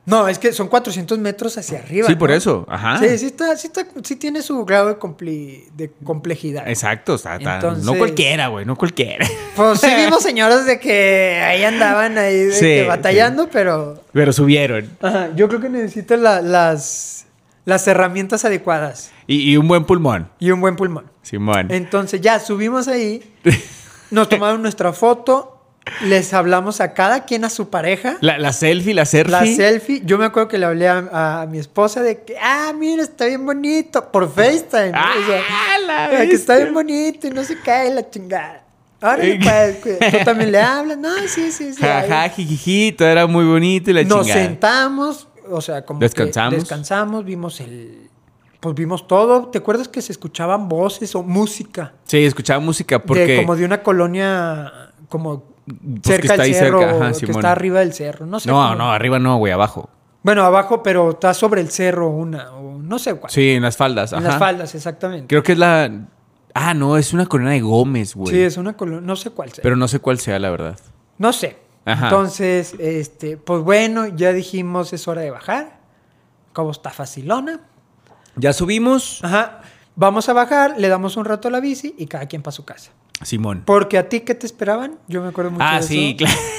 No, es que son 400 metros hacia arriba.
Sí, por
¿no?
eso. Ah. Ajá.
Sí, sí, está, sí, está- sí tiene su grado de, compli- de complejidad.
Exacto. está- está- No
Entonces-
cualquiera, güey. No cualquiera. *laughs*
Pues sí vimos señoras de que ahí andaban ahí de
Sí,
que batallando, pero
Pero subieron.
ajá, yo creo que necesitas la- las, las herramientas adecuadas
Y, y un buen pulmón,
y un buen pulmón.
Simón.
Entonces ya
*laughs*
subimos ahí, nos tomaron nuestra foto, les hablamos a cada quien a su pareja.
La, la selfie, la selfie.
La selfie, yo me acuerdo que le hablé a, a mi esposa de que, ah, mira, está bien bonito, por FaceTime. ¿no?
¡Ah,
O sea,
la
de que está
bestia!
bien bonito y no se cae la chingada. Ahora
*laughs*
tú también le hablas, no, sí, sí, sí.
Ja,
ahí".
ja, jijiji, todo era muy bonito y la
Nos
chingada.
sentamos, o sea, como
Descansamos.
que descansamos, vimos el pues vimos todo. ¿Te acuerdas que se escuchaban voces o música?
Sí, escuchaba música
De-
porque...
como de una colonia como
pues, que
cerca
está ahí
del cerro,
cerca, ajá,
que
Simón.
está arriba del cerro, no sé.
No,
cómo-
no, arriba no, güey, abajo.
Bueno, abajo, pero está sobre el cerro una o no sé cuál.
Sí, en las faldas.
en
ajá.
las faldas, exactamente.
Creo que es la... Ah, no, es una colonia de Gómez, güey.
Sí, es una colonia, no sé cuál sea.
Pero no sé cuál sea, la verdad.
No sé.
Ajá.
Entonces, este, pues bueno, ya dijimos es hora de bajar. Como está facilona.
Ya subimos.
Ajá. Vamos a bajar, le damos un rato a la bici y cada quien para su casa.
Simón.
Porque a ti, ¿qué te esperaban? Yo me acuerdo mucho
Ah,
de
sí,
eso.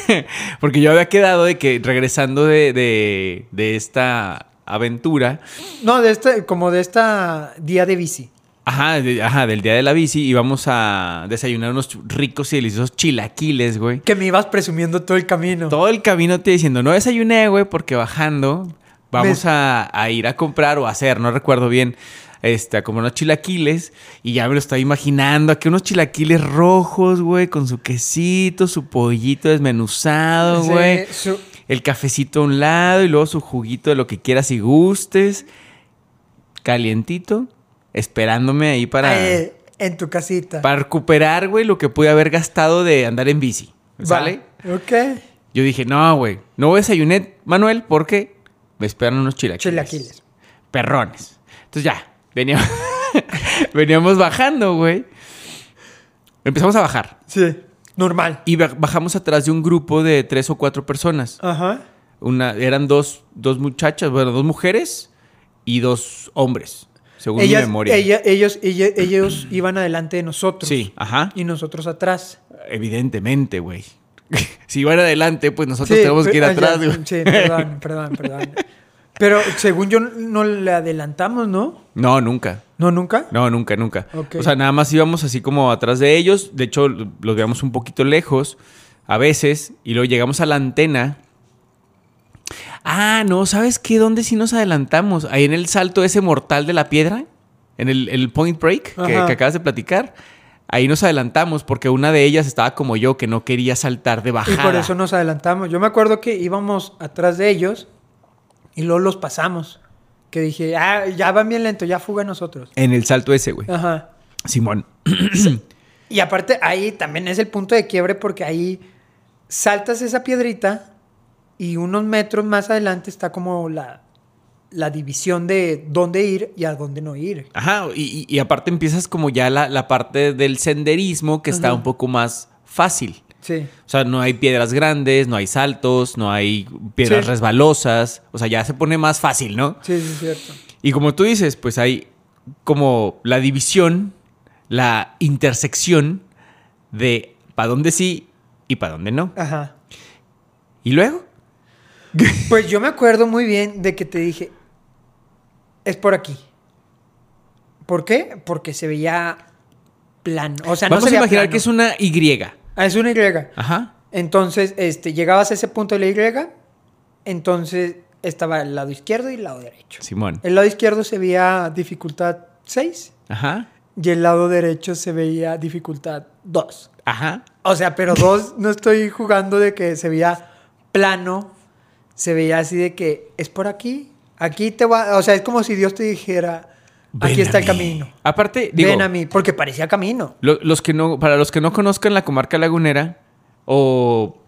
claro. *laughs* Porque yo había quedado de que regresando de, de, de esta aventura,
No, de este, como de esta día de bici.
ajá, de- ajá, del día de la bici, íbamos a desayunar unos chu- ricos y deliciosos chilaquiles, güey.
Que me ibas presumiendo todo el
*laughs*
camino.
Todo el camino te diciendo, no desayuné, güey, porque bajando vamos
Me-
a, a ir a comprar o a hacer, no recuerdo bien, este, como unos chilaquiles. Y ya me lo estaba imaginando, aquí unos chilaquiles rojos, güey, con su quesito, su pollito desmenuzado,
Sí,
güey.
su-
El cafecito a un lado y luego su juguito de lo que quieras y gustes. Calientito. Esperándome ahí para,
eh, en tu casita.
para recuperar, güey, lo que pude haber gastado de andar en bici.
Va.
¿Sale?
Ok.
Yo dije, no, güey, no desayuné, Manuel, porque me esperan unos chilaquiles.
Chilaquiles.
Perrones. Entonces ya, veníamos, *laughs* veníamos bajando, güey. Empezamos a bajar.
Sí. Normal.
Y ba- bajamos atrás de un grupo de tres o cuatro personas.
Ajá.
Una, eran dos, dos muchachas, bueno, dos mujeres y dos hombres, según mi
Ellas-
memoria.
ella- ellos, ella- ellos iban adelante de nosotros.
Sí, ajá.
Y nosotros atrás.
Evidentemente, güey. *laughs* si van adelante, pues nosotros
Sí,
tenemos que ir
ah, ya,
atrás, güey.
Sí, perdón, perdón, perdón. Pero según yo no le adelantamos, ¿no?
No, nunca.
No, nunca.
No, nunca, nunca.
Ok.
O sea, nada más íbamos así como atrás de ellos. De hecho, los veíamos un poquito lejos a veces. Y luego llegamos a la antena. Ah, no, ¿sabes qué? ¿Dónde sí nos adelantamos? Ahí en el salto ese mortal de la piedra, en el, el point break que,
Ajá.
que acabas de platicar. Ahí nos adelantamos porque una de ellas estaba como yo, que no quería saltar de bajada.
Y por eso nos adelantamos. Yo me acuerdo que íbamos atrás de ellos y luego los pasamos. Que dije, ah, ya van bien lento, ya fuga nosotros.
En el salto ese, güey.
Ajá.
Simón.
Y aparte, ahí también es el punto de quiebre porque ahí saltas esa piedrita y unos metros más adelante está como la, la división de dónde ir y a dónde no ir.
Ajá, y, y- y aparte empiezas como ya la, la parte del senderismo que está
Ajá.
un poco más fácil.
Sí.
O sea, no hay piedras grandes, no hay saltos, no hay piedras
Sí.
resbalosas. O sea, ya se pone más fácil, ¿no?
Sí, sí, es cierto.
Y como tú dices, pues hay como la división, la intersección de para dónde sí y para dónde no.
Ajá.
Y luego,
Pues yo me acuerdo muy bien de que te dije, es por aquí. ¿Por qué? Porque se veía plano. O sea, no
vamos
se
a
veía
imaginar
plano.
que es una Y.
Ah, es una Y.
Ajá.
Entonces, este, llegabas a ese punto de la Y, entonces estaba el lado izquierdo y el lado derecho.
Simón.
El lado izquierdo se veía dificultad 6
Ajá.
y el lado derecho se veía dificultad 2.
Ajá.
O sea, pero 2 no estoy jugando de que se veía plano, se veía así de que es por aquí, aquí te va, o sea, es como si Dios te dijera, aquí
Ven
está
a
el
mí.
camino.
Aparte, digo,
Ven a mí, porque parecía camino.
Lo- los que no, para los que no conozcan la comarca lagunera o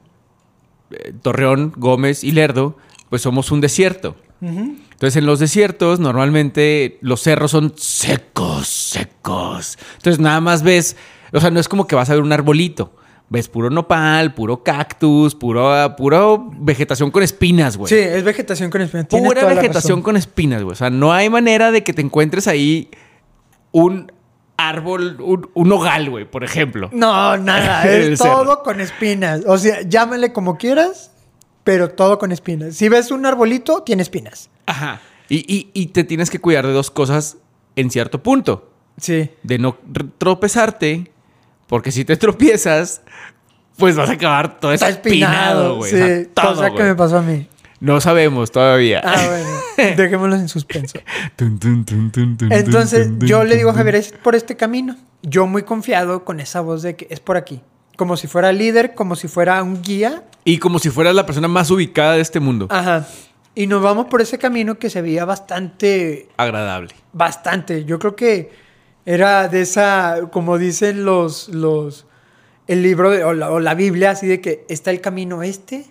eh, Torreón, Gómez y Lerdo, pues somos un desierto. Entonces en los desiertos normalmente los cerros son secos, secos. Entonces nada más ves, o sea, no es como que vas a ver un arbolito. Ves puro nopal, puro cactus, puro, puro vegetación con espinas, güey.
Sí, es vegetación con espinas. tienes
Pura
toda la
vegetación
razón.
con espinas, güey. O sea, no hay manera de que te encuentres ahí un árbol, un, un hogal, güey, por ejemplo. *laughs*
No, nada,
El
es
cerro.
todo con espinas. O sea, llámale como quieras, pero todo con espinas. Si ves un arbolito, tiene espinas.
Ajá. Y, y- y te tienes que cuidar de dos cosas en cierto punto.
Sí.
De no r- tropezarte, porque si te *laughs* tropiezas, pues vas a acabar todo
Está
espinado,
espinado,
güey.
sí.
O sea, todo,
cosa que
güey.
me pasó a mí.
No sabemos todavía. *laughs*
Ah, bueno, dejémoslo en suspenso.
Tun, tun, tun, tun, tun,
Entonces,
tun, tun,
yo
tun,
le digo a
tun.
Javier, es por este camino. Yo muy confiado con esa voz de que es por aquí. Como si fuera líder, como si fuera un guía. Ah.
Y como si fueras la persona más ubicada de este mundo.
Ajá. Y nos vamos por ese camino que se veía bastante,
Agradable.
bastante. Yo creo que era de esa, como dicen los, los, el libro de- o, la, o la Biblia, así de que está el camino este,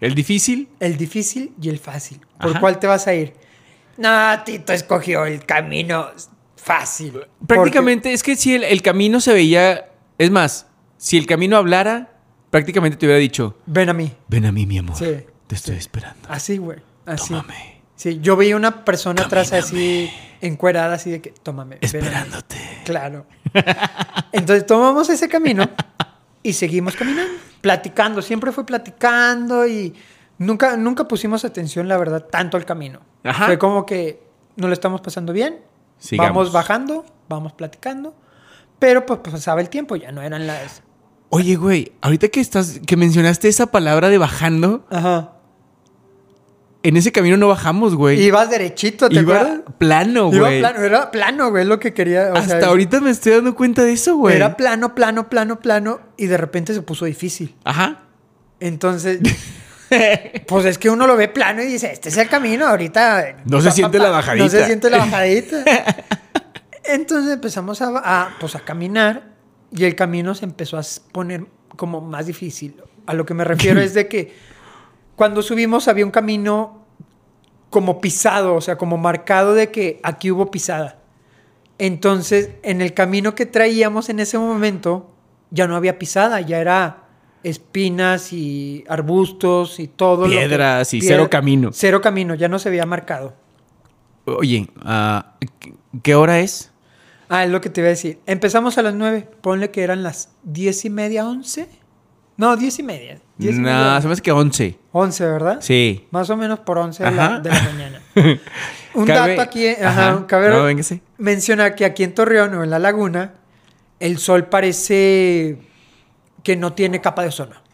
El difícil,
el difícil y el fácil. ¿Por
Ajá.
cuál te vas a ir? No, Tito escogió el camino fácil.
prácticamente, es que si el, el camino se veía. Es más, si el camino hablara, prácticamente te hubiera dicho:
Porque- ven a mí.
Ven a mí, mi amor.
Sí,
te estoy esperando.
Así, güey. Así.
Tómame.
Sí, yo veía una persona atrás así,
Camíname.
encuerada, así de que, tómame. ven a mí".
Esperándote.
Claro. Entonces tomamos ese camino y seguimos caminando, platicando. Siempre fue platicando y nunca, nunca pusimos atención, la verdad, tanto al camino.
Ajá.
Fue como que nos lo estamos pasando bien.
Sigamos.
Vamos bajando, vamos platicando. Pero pues pasaba el tiempo, ya no eran las.
Oye, güey, ahorita que estás, que mencionaste esa palabra de bajando,
Ajá.
en ese camino no bajamos, güey.
Ibas derechito, ¿te
Iba
acuerdas?
plano,
Iba
güey.
plano, era plano, güey, lo que quería. o
Hasta
sea,
ahorita me estoy dando cuenta de eso, güey.
Era plano, plano, plano, plano. Y de repente se puso difícil.
Ajá. *laughs*
Entonces, pues es que uno lo ve plano y dice, este es el camino, ahorita...
No se siente la
No se
bajadita.
siente
*laughs*
la bajadita. Entonces empezamos a, a, pues, a caminar y el camino se empezó a s- poner como más difícil. A lo que
*laughs*
me refiero es de que cuando subimos había un camino como pisado, o sea, como marcado de que aquí hubo pisada. Entonces, en el camino que traíamos en ese momento, ya no había pisada, ya era espinas y arbustos y todo. lo que-
Piedras y cero camino.
Cero camino, ya no se veía marcado.
Oye, ah, ¿qué- ¿qué hora es?
Ah, es lo que te iba a decir. Empezamos a las 9, ponle que eran las diez y media, 11. No, diez y media. Diez y
No,
media,
se me hace que 11.
11, ¿verdad?
Sí.
Más o menos por 11 de la,
Ajá.
de la
*laughs*
mañana. Un
Cabe-
dato aquí, eh, ajá,
Ajá.
cabe
No, véngase. *laughs*
mencionar que aquí en Torreón o en la laguna, el sol parece que no tiene capa de ozono.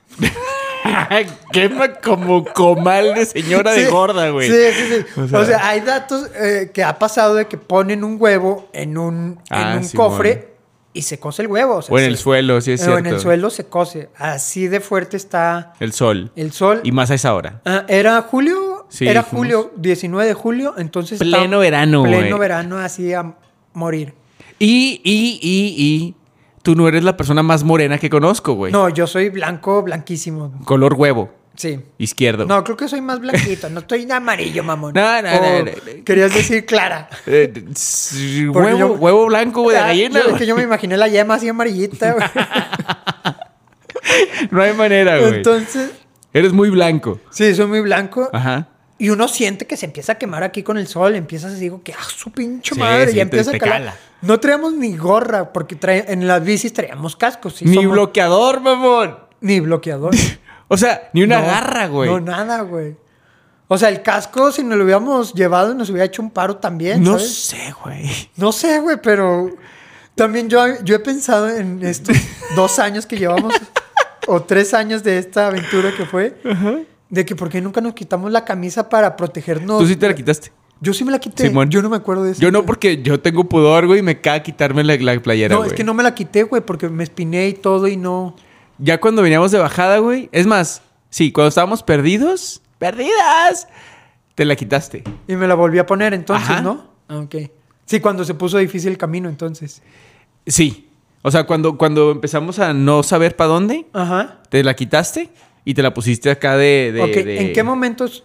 Quema como comal de señora de
Sí,
gorda, güey.
Sí, sí, sí. O
O
sea,
sea-
hay datos eh, que ha pasado de que ponen un huevo en un,
Ah,
en un
Simón.
cofre y se cose el huevo. o sea,
O en
se-
el suelo, sí es
o
cierto.
en el suelo se cose. Así de fuerte está
El sol.
el sol.
Y más a esa hora.
Ah, ¿Era julio?
Sí,
era
fuimos.
julio, 19 de julio, entonces...
Pleno
estaba-
verano,
Pleno
güey.
verano, así a morir.
Y, y, y, y. Tú no eres la persona más morena que conozco, güey.
No, yo soy blanco, blanquísimo.
Color huevo.
Sí.
Izquierdo.
No, creo que soy más blanquito. No estoy de amarillo, mamón.
*laughs* No, no, no,
O
no, no.
Querías decir clara.
Eh, s-
Porque
huevo,
yo-
huevo blanco, güey, de
Ah,
gallina.
yo- es
güey.
que yo me imaginé la yema así amarillita, güey.
*laughs* No hay manera, güey.
Entonces,
Eres muy blanco.
sí, soy muy blanco.
Ajá.
Y uno siente que se empieza a quemar aquí con el sol. Empiezas así, digo, que ah, su pinche
Sí,
madre.
sí, te-
ya empieza
te
a calar.
cala.
No traíamos ni gorra, porque trae- en las bicis traíamos cascos. sí
ni
somos-
bloqueador, mamón.
Ni bloqueador.
O sea, *laughs* ni una
No,
garra, güey.
No, nada, güey. O sea, el casco, si nos lo hubiéramos llevado, nos hubiera hecho un paro también,
No
¿sabes?
sé, güey.
No sé, güey, pero también yo, yo he pensado
*laughs*
en estos dos años que llevamos o tres años de esta aventura que fue, de que por qué nunca nos quitamos la camisa para protegernos.
Tú sí te la quitaste.
Yo sí me la quité.
Simón.
Yo no me acuerdo de eso.
Yo no, porque yo tengo pudor, güey, y me caga quitarme la, la playera,
No,
güey.
es que no me la quité, güey, porque me espiné y todo y no.
Ya cuando veníamos de bajada, güey. Es más, sí, cuando estábamos perdidos, perdidas, te la quitaste.
Y me la volví a poner entonces,
Ajá.
¿no? Ah, Ok. Sí, cuando se puso difícil el camino entonces.
Sí. O sea, cuando, cuando empezamos a no saber para dónde,
Ajá.
te la quitaste y te la pusiste acá de. de-
ok,
de-
¿en qué momentos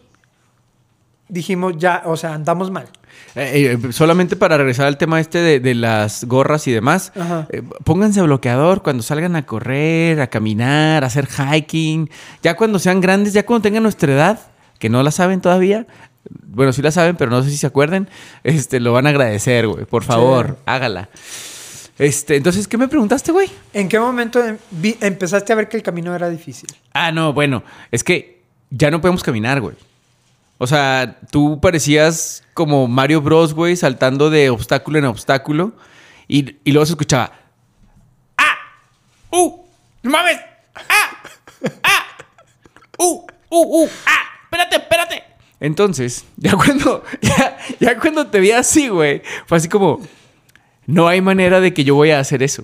dijimos ya, o sea, andamos mal?
Eh, eh, solamente para regresar al tema este de, de las gorras y demás,
Ajá.
eh, pónganse bloqueador cuando salgan a correr, a caminar, a hacer hiking. Ya cuando sean grandes, ya cuando tengan nuestra edad, que no la saben todavía. Bueno, sí la saben, pero no sé si se acuerden. Este, lo van a agradecer, güey. Por favor, hágala. Este, entonces, ¿qué me preguntaste, güey?
¿En qué momento em- vi- empezaste a ver que el camino era difícil?
Ah, no, bueno, es que ya no podemos caminar, güey. O sea, tú parecías como Mario Bros, güey, saltando de obstáculo en obstáculo. Y, y luego se escuchaba. ¡Ah! ¡Uh! ¡No mames! ¡Ah! ¡Ah! ¡Uh! ¡Uh! ¡Uh! ¡Ah! ¡Espérate, espérate! Entonces, *laughs* ya cuando, ya, ya cuando te vi así, güey, fue así como. No hay manera de que yo voy a hacer eso.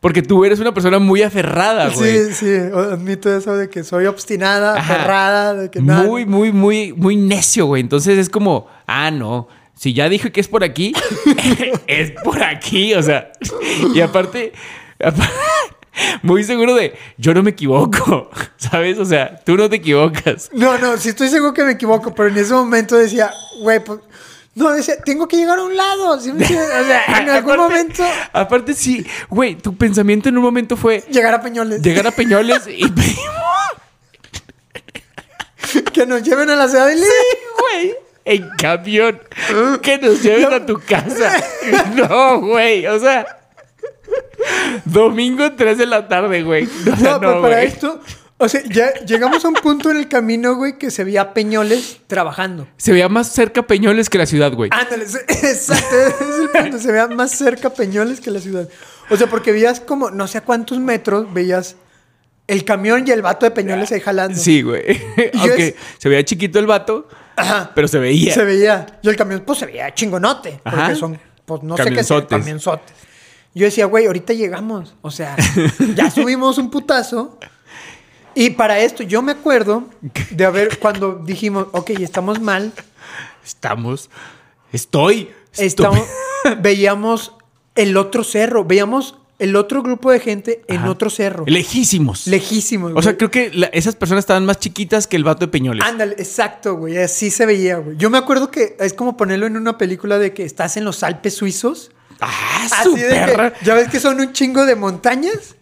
Porque tú eres una persona muy aferrada, Ah, güey.
Sí, sí, admito eso de que soy obstinada,
Ajá.
aferrada, de que nada.
Muy, muy, muy, muy necio, güey. Entonces es como, ah, no. Si ya dije que es por aquí, *laughs* es por aquí. O sea, y aparte, *laughs* apa- muy seguro de, yo no me equivoco, *laughs* ¿sabes? O sea, tú no te equivocas.
No, no, sí estoy seguro que me equivoco, pero en ese momento decía, güey, pues. No, decía, tengo que llegar a un lado. ¿sí me entiendes?
*laughs*
O sea, en algún
Aparte-
momento
Aparte, sí, güey, tu pensamiento en un momento fue
llegar a Peñoles.
llegar a Peñoles y *laughs*
*laughs* Que nos lleven a la ciudad de Lima.
güey, en camión, que nos lleven a tu casa. No, güey, o sea, domingo 3 de la tarde, güey. O sea,
No,
*laughs*
pero
no,
para
güey.
esto, o sea, ya llegamos a un punto en el camino, güey, que se veía Peñoles trabajando.
Se veía más cerca Peñoles que la ciudad, güey.
Ándale, sí, *laughs* exacto, es el punto, se veía más cerca Peñoles que la ciudad. O sea, porque veías como, no sé a cuántos metros, veías el camión y el vato de Peñoles ahí jalando.
Sí, güey.
yo
Aunque
es-
se veía chiquito el vato,
Ajá.
pero se veía.
Se veía. Y el camión, pues se veía chingonote. Porque
Ajá.
son, pues no sé qué son,
Camionzotes.
camionzotes. Yo decía, güey, ahorita llegamos.
*laughs*
O sea, ya subimos un putazo. Y para esto, yo me acuerdo de haber, cuando dijimos, ok, estamos mal,
Estamos. Estoy. estoy-
estamos, *laughs* veíamos el otro cerro, veíamos el otro grupo de gente en
Ajá.
otro cerro.
Lejísimos.
Lejísimos.
o sea,
güey. Ah,
creo que la- esas personas estaban más chiquitas que el vato de Peñoles.
Ándale, exacto, güey. Así se veía, güey. Yo me acuerdo que es como ponerlo en una película de que estás en los
*laughs*
Alpes suizos.
¡Ah, su
Así de que,
perra!
ya ves que son un chingo de montañas.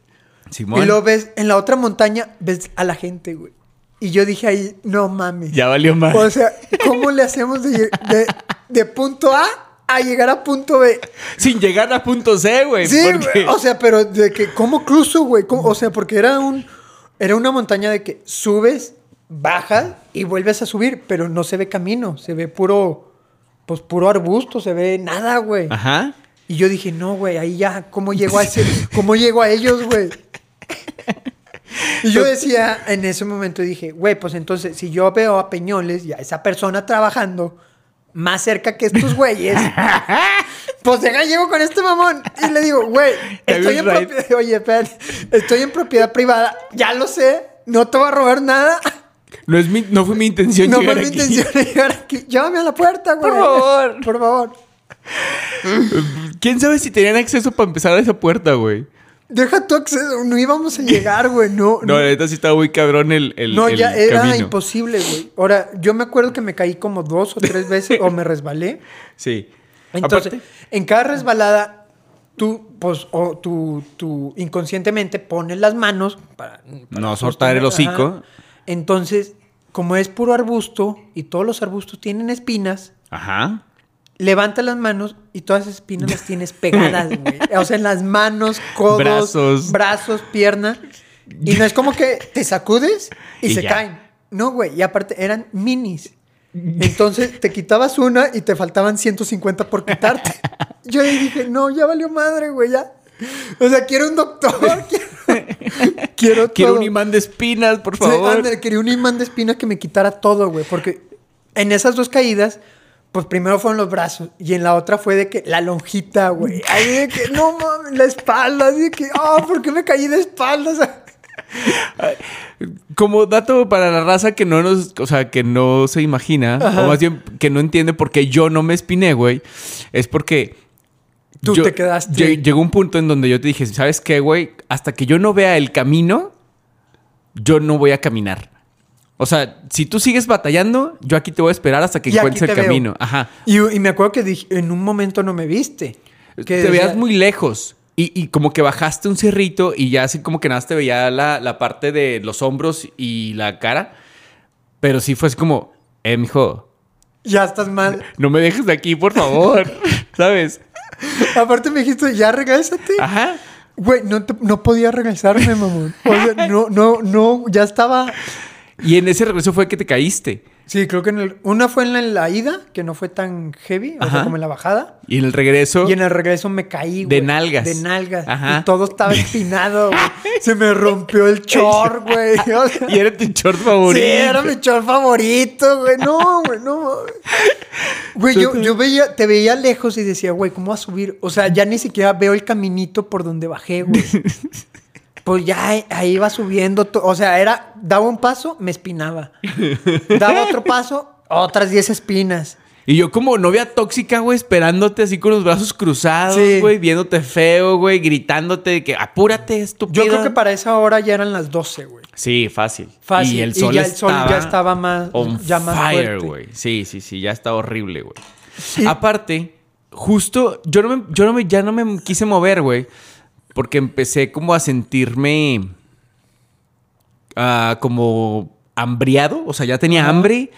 Simón.
Y lo ves, en la otra montaña ves a la gente, güey. Y yo dije ahí, no mames.
Ya valió más.
O sea, ¿cómo le hacemos de, lle- de- de punto A a llegar a punto B?
Sin llegar a punto C, güey.
Sí,
porque-
güey, o sea, pero de que, ¿cómo cruzo, güey? ¿Cómo? O sea, porque era un, era una montaña de que subes, bajas y vuelves a subir, pero no se ve camino, se ve puro, pues puro arbusto, se ve nada, güey.
Ajá.
Y yo dije, no, güey, ahí ya, ¿cómo llego a
*laughs*
ese, cómo llego a ellos, güey? Y yo decía, en ese momento dije, güey, pues entonces, si yo veo a Peñoles y a esa persona trabajando más cerca que
*laughs*
estos güeyes, pues deja, llego con este mamón. Y le digo, güey,
Ya
estoy
vi
en,
right.
propiedad, oye, espérate, estoy en propiedad privada, ya lo sé, no te voy a robar nada.
No, es mi- no fue mi intención
No fue
llegar
mi
aquí.
intención llegar aquí. Llámame a la puerta, güey.
Por favor.
Por favor.
*laughs* ¿Quién sabe si tenían acceso para empezar a esa puerta, güey?
Deja tu acceso, no íbamos a llegar, güey, no.
No, la neta sí estaba muy cabrón el, el
No,
el
ya era
camino.
imposible, güey. Ahora, yo me acuerdo que me caí como dos o tres veces o me resbalé.
Sí. *laughs*
Entonces,
Aparte,
en cada resbalada, tú, pues, o tú, tú inconscientemente pones las manos para... para
No soltar el
sostener,
hocico.
ajá. Entonces, como es puro arbusto y todos los arbustos tienen espinas,
ajá.
levanta las manos y todas esas espinas las tienes
*laughs*
pegadas, güey. O sea, en las manos, codos,
Brazos.
brazos, pierna. Y no es como que te sacudes y,
Y
se
ya.
caen. No, güey. Y aparte eran minis. Entonces te quitabas una y te faltaban 150 por
*laughs*
quitarte. Yo ahí dije, no, ya valió madre, güey, ya. O sea, quiero un doctor, *laughs* quiero, quiero
Quiero
todo.
un imán de espinas, por
Sí,
favor.
ándale, quería un imán de espina que me quitara todo, güey. Porque en esas dos caídas, pues primero fueron los brazos y en la otra fue de que la lonjita, güey. Ahí de que, no mames, la espalda. Así de que, ah, ¿por qué me caí de espalda? O sea,
Como dato para la raza que no nos, o sea, que no se imagina,
Ajá.
o más bien que no entiende por qué yo no me espiné, güey, es porque
Tú
yo-
te quedaste.
lle- Llegó un punto en donde yo te dije, ¿sabes qué, güey? Hasta que yo no vea el camino, yo no voy a caminar. O sea, si tú sigues batallando, yo aquí te voy a esperar hasta que
Y aquí
encuentres el
te veo.
camino. Ajá.
Y, y me acuerdo que dije, en un momento no me viste. Que
te
decía-
veías muy lejos. Y, y como que bajaste un cerrito y ya así como que nada más te veía la, la parte de los hombros y la cara. Pero sí fue así como, eh, mijo,
Ya estás
*laughs*
mal.
no me dejes de aquí, por
*laughs*
favor. ¿Sabes?
Aparte me dijiste, ya regrésate.
Ajá.
Güey, no, te- no podía regresarme, mamón. O sea, no, no, no, ya estaba.
Y en ese regreso fue que te caíste.
Sí, creo que en el- una fue en la, en la ida, que no fue tan heavy, o sea,
Ajá.
como en la bajada.
Y en el regreso.
Y en el regreso me caí,
De
güey.
nalgas.
De nalgas.
Ajá.
Y
*laughs*
todo estaba espinado, güey. Se me rompió el short, güey.
*laughs*
O sea,
Y era tu short favorito.
Sí, era mi short favorito, güey.
*laughs*
No, güey, no. mames. Güey, yo, yo veía, te veía lejos y decía, güey, ¿cómo vas a subir? O sea, ya ni siquiera veo el caminito por donde bajé,
*laughs*
güey. Pues ya ahí- ahí iba subiendo. to- O sea, era, daba un paso, me espinaba. Daba otro paso, otras 10 espinas.
Y yo como novia tóxica, güey, esperándote así con los brazos cruzados,
Sí.
güey, viéndote feo, güey, gritándote de que apúrate,
Yo
estúpido.
creo que para esa hora ya eran las 12, güey.
Sí, fácil.
Fácil.
Y el sol,
ya el sol
estaba
ya estaba más-
on
ya más
fire,
fuerte.
güey. Sí, sí, sí, ya está horrible, güey.
Y-
Aparte, justo yo no me, yo no me, ya no me quise mover, güey, porque empecé como a sentirme ah, como hambriado, o sea, ya tenía hambre,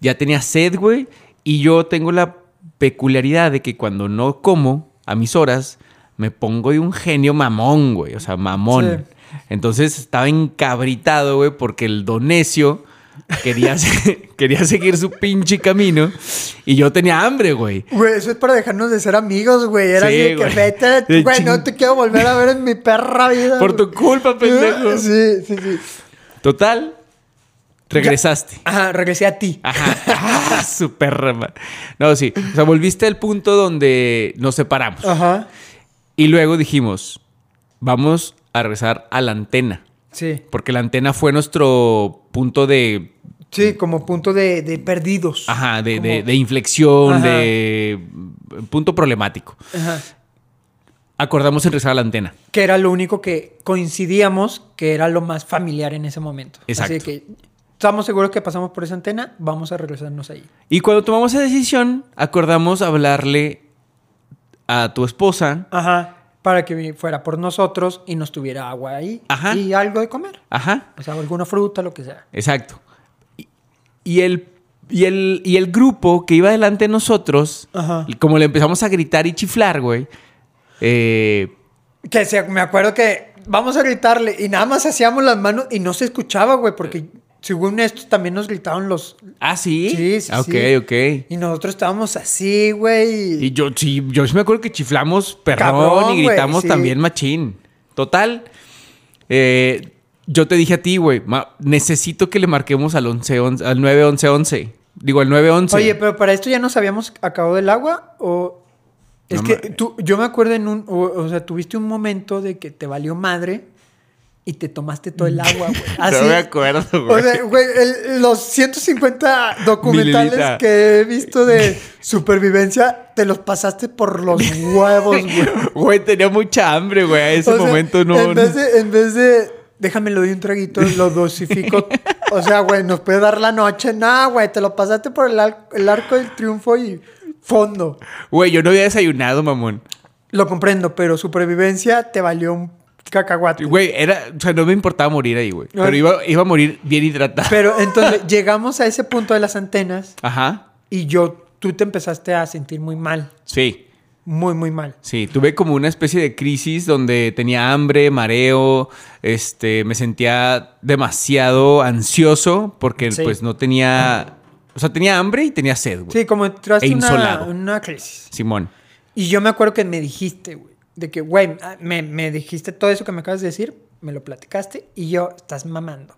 ya tenía sed, güey, y yo tengo la peculiaridad de que cuando no como a mis horas me pongo de un genio mamón, güey, o sea, mamón. Entonces estaba encabritado, güey, porque el donecio quería, se- *laughs* quería seguir su pinche camino y yo tenía hambre, güey.
Güey, eso es para dejarnos de ser amigos, güey. Era
Sí,
así de que
güey.
vete,
De
güey, no
ching-
te quiero volver a ver en mi perra vida.
Por tu
güey".
culpa, pendejo.
*laughs* Sí, sí, sí.
Total, regresaste.
Ajá, regresé a ti.
Ajá. *laughs* Ah, Super rama. No, sí. O sea, volviste al punto donde nos separamos.
Ajá.
Y luego dijimos, vamos a regresar a la antena.
Sí.
Porque la antena fue nuestro punto de.
Sí, como punto de, de perdidos.
Ajá, de, de-
Como-
de inflexión,
Ajá.
de. Punto problemático.
Ajá.
Acordamos en regresar a la antena.
Que era lo único que coincidíamos, que era lo más familiar en ese momento.
Exacto.
Así que estamos seguros que pasamos por esa antena, vamos a regresarnos ahí.
Y cuando tomamos esa decisión, acordamos hablarle a tu esposa.
Ajá. Para que fuera por nosotros y nos tuviera agua ahí.
Ajá.
Y algo de comer.
Ajá.
O sea, alguna fruta, lo que sea.
Exacto. Y, y el, y, el, y el grupo que iba delante de nosotros,
Ajá.
y como le empezamos a gritar y chiflar, güey, eh,
Que se, me acuerdo que vamos a gritarle y nada más hacíamos las manos y no se escuchaba, güey, porque según esto también nos gritaban los...
ah, sí.
Sí, sí,
Ah, Ok,
sí.
ok.
Y nosotros estábamos así, güey.
Y yo sí, yo sí me acuerdo que chiflamos perrón
Cabrón, güey,
y gritamos
sí.
también machín. Total. eh, yo te dije a ti, güey, ma- necesito que le marquemos al 11, al 911. Digo, al 911.
Oye, pero para esto ya nos habíamos acabado el agua o... Es
No
que
ma-
tú, yo me acuerdo en un... O, o sea, tuviste un momento de que te valió madre y te tomaste
*laughs*
todo el agua, güey. Así.
no me acuerdo,
O
güey.
sea, güey, el- los 150 documentales
Mililita.
que he visto de supervivencia, te los pasaste por los huevos, güey.
Güey, tenía mucha hambre, güey. A *laughs* ese
O sea,
momento no.
En
no-
vez de, en vez de déjame lo doy un traguito, lo dosifico. o sea, güey, nos puede dar la noche. No, güey, te lo pasaste por el, ar- el arco del triunfo y fondo.
Güey, yo no había desayunado, mamón.
Lo comprendo, pero supervivencia te valió un cacahuate.
Güey, era, o sea, no me importaba morir ahí, güey.
No.
Pero iba, iba a morir bien hidratado.
Pero entonces llegamos a ese punto de las antenas
Ajá.
y yo, tú te empezaste a sentir muy mal.
Sí,
Muy, muy mal.
sí. Tuve como una especie de crisis donde tenía hambre, mareo, este, me sentía demasiado ansioso porque
Sí.
pues no tenía, o sea, tenía hambre y tenía sed, güey.
Sí, como entraste
E
en una,
insolado.
una crisis.
Simón.
Y yo me acuerdo que me dijiste, güey, de que, güey, ah, me, me dijiste todo eso que me acabas de decir, me lo platicaste y yo, estás mamando.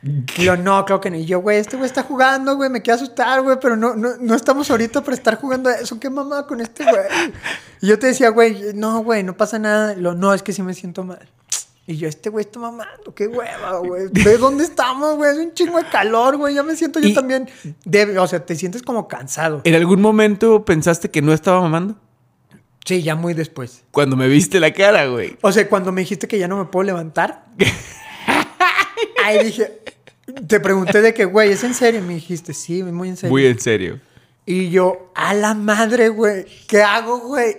Y yo, no, creo que no. Y yo, güey, este güey está jugando, güey, me quiero asustar, güey, pero no, no, no estamos ahorita para estar jugando a eso. ¿Qué mamá con este güey? Y yo te decía, güey, no, güey, no pasa nada. Lo, no, es que sí me siento mal. Y yo, este güey está mamando, qué hueva, güey. ¿De dónde estamos, güey? Es un chingo de calor, güey. Ya me siento yo
Y-
también. débil. o sea, te sientes como cansado.
¿En algún momento pensaste que no estaba mamando?
Sí, ya muy después.
Cuando me viste la cara, güey.
O sea, cuando me dijiste que ya no me
*laughs*
puedo levantar, ahí dije, te pregunté de que, güey, ¿es en serio? Y me dijiste, sí, muy en serio.
Muy en serio.
Y yo, a la madre, güey, ¿qué hago, güey?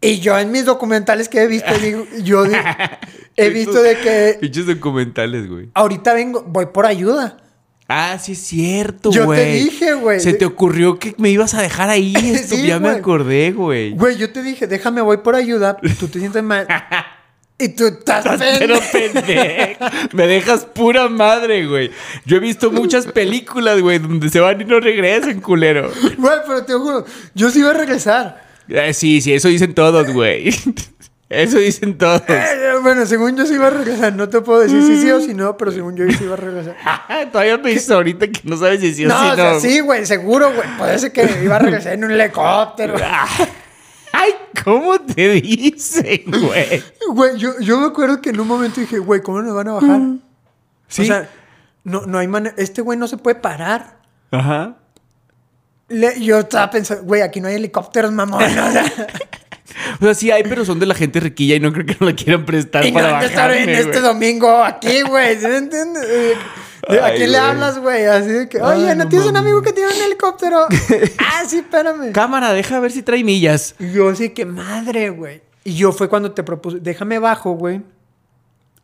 Y yo en mis documentales que he visto, digo- yo di-
*laughs*
he visto de que
Pinches documentales, güey.
ahorita vengo, voy por ayuda.
Ah, sí es cierto, güey.
Yo te dije, güey.
Se te ocurrió que me ibas a dejar ahí. esto-
*laughs* Sí,
ya me
güey.
acordé, güey. *laughs*
Güey, yo te dije, déjame, voy por ayuda, tú te sientes mal. Y tú estás
Pero
pendejo.
pendejo. *laughs* Me dejas pura madre, güey. Yo he visto muchas películas, güey, donde se van y no regresan, culero.
*laughs* Güey, pero te juro, yo sí iba a regresar.
Eh, sí, sí, eso dicen todos, güey. *laughs* Eso dicen todos. *laughs*
Eh, bueno, según yo sí iba a regresar. No te puedo decir si sí o si no,
Mm.
pero según yo yo sí iba a regresar.
Todavía me dices ahorita que no sabes si sí o
no,
si no.
o sea, sí, güey, seguro, güey. Parece que iba a regresar en un
*laughs*
helicóptero.
Ay, ¿cómo te dicen, güey?
Güey, yo, yo me acuerdo que en un momento dije, güey, ¿cómo nos van a bajar?
Sí.
O sea, no, no hay manera. Este güey no se puede parar.
Ajá.
Le- yo estaba pensando, güey, aquí no hay helicópteros, mamón. O sea, *laughs*
O sea, sí hay, pero son de la gente riquilla y no creo que no la quieran prestar
y no
*laughs* para
van a estar en
bajarme, güey.
este domingo aquí, güey. ¿Sí me entiendes? Eh, ¿A
Ay,
quién le
güey.
hablas, güey? Así de que, oye,
Ay,
¿no,
no
tienes un
mames.
amigo que tiene un
*laughs*
helicóptero? ah, sí, espérame.
Cámara, deja ver si trae millas.
Y yo sí, que madre, güey. Y yo fue cuando te propuse, déjame bajo, güey,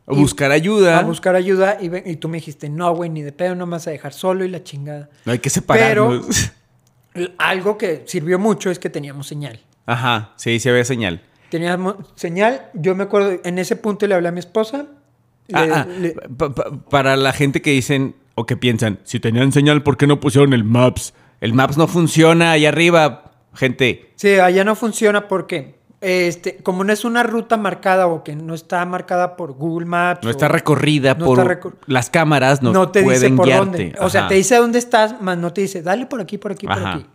O buscar ayuda.
a buscar ayuda. Y, ve- y tú me dijiste, no, güey, ni de pedo, no me vas a dejar solo y la chingada.
No hay que separarnos.
L- Algo que sirvió mucho es que teníamos señal.
*laughs* Ajá, sí, sí había señal.
Teníamos señal. Yo me acuerdo, en ese punto le hablé a mi esposa. le-
Ah, ah,
le-
pa- pa- para la gente que dicen o que piensan, si tenían señal, ¿por qué no pusieron el Maps? El Maps no funciona ahí arriba, gente.
Sí, allá no funciona porque este, como no es una ruta marcada o que no está marcada por Google Maps.
No
o-
está recorrida
no
por
está recor-
las cámaras, no,
no te dice
pueden
por
guiarte.
dónde. O sea,
Ajá.
te dice dónde estás, más no te dice, dale por aquí, por aquí, por
Ajá.
aquí.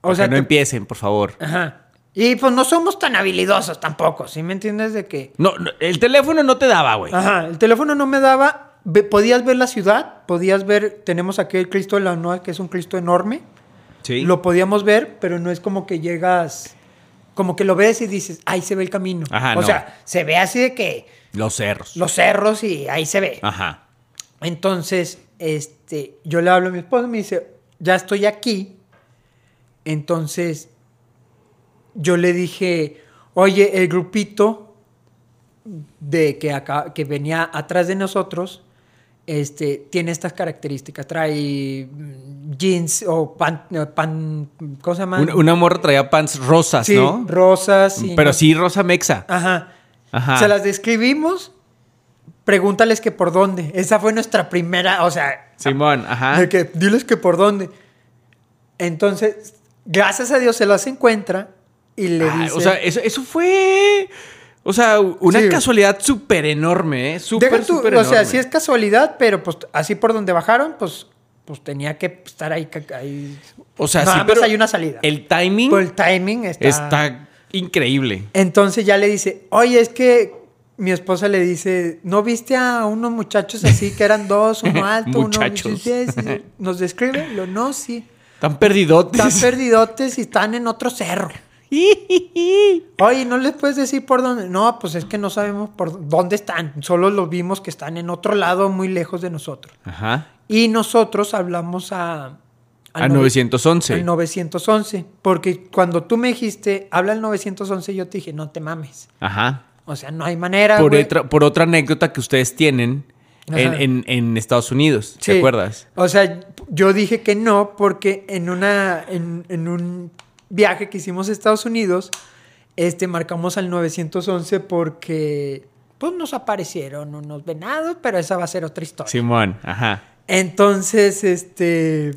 O
O sea,
sea,
no
te-
empiecen, por favor.
Ajá. Y pues no somos tan habilidosos tampoco, ¿sí me entiendes? De que.
No, no, el teléfono no te daba, güey.
Ajá, el teléfono no me daba. ve- podías ver la ciudad, podías ver. Tenemos aquí el Cristo de la Noa, que es un Cristo enorme.
Sí.
Lo podíamos ver, pero no es como que llegas. Como que lo ves y dices, ahí se ve el camino.
Ajá,
o
no.
sea, se ve así de que
Los cerros.
los cerros y ahí se ve.
Ajá.
Entonces, este, yo le hablo a mi esposo y me dice, ya estoy aquí. Entonces, yo le dije, oye, el grupito de que, acá, que venía atrás de nosotros, este, tiene estas características. Trae mm, jeans o pan, eh, pan ¿cómo se llama?
Una, una morra traía pants rosas,
sí,
¿no?
rosas. y
Pero
no-
sí, rosa mexa.
Ajá.
Ajá.
Se las describimos. Pregúntales que por dónde. Esa fue nuestra primera, o sea,
Simón, ajá.
de que diles que por dónde. Entonces, gracias a Dios se las encuentra y le
Ah,
dice.
o sea, eso, eso fue. O sea, una
Sí.
casualidad súper enorme, ¿eh?
deja
Súper,
tú,
súper
o
enorme.
sea, sí es casualidad, pero pues así por donde bajaron, pues, pues tenía que estar ahí. ca- ahí.
O sea,
Nada
sí,
más
pero
hay una salida.
El timing
Por el timing está.
está increíble.
Entonces ya le dice, oye, es que mi esposa le dice, ¿no viste a unos muchachos así que eran
*laughs*
dos, uno alto, uno
Muchachos.
Sí, sí, sí. nos describe? Lo
*laughs*
no, sí.
Tan perdidotes.
Están perdidotes y están en otro cerro. Oye, ¿no les puedes decir por dónde? No, pues es que no sabemos por dónde están. Solo los vimos que están en otro lado, muy lejos de nosotros.
*laughs* Ajá.
Y nosotros hablamos a...
A 911.
Al 911. Porque cuando tú me dijiste, habla al 911, yo te dije, no te mames.
Ajá.
O sea, no hay manera,
Por
Ah, güey.
otra, por otra anécdota que ustedes tienen en,
Ajá.
en- en Estados Unidos,
Sí.
¿te acuerdas?
O sea, yo dije que no porque en una en, en un viaje que hicimos a Estados Unidos, este marcamos al 911 porque pues nos aparecieron unos venados, pero esa va a ser otra historia.
Simón, ajá.
Entonces, este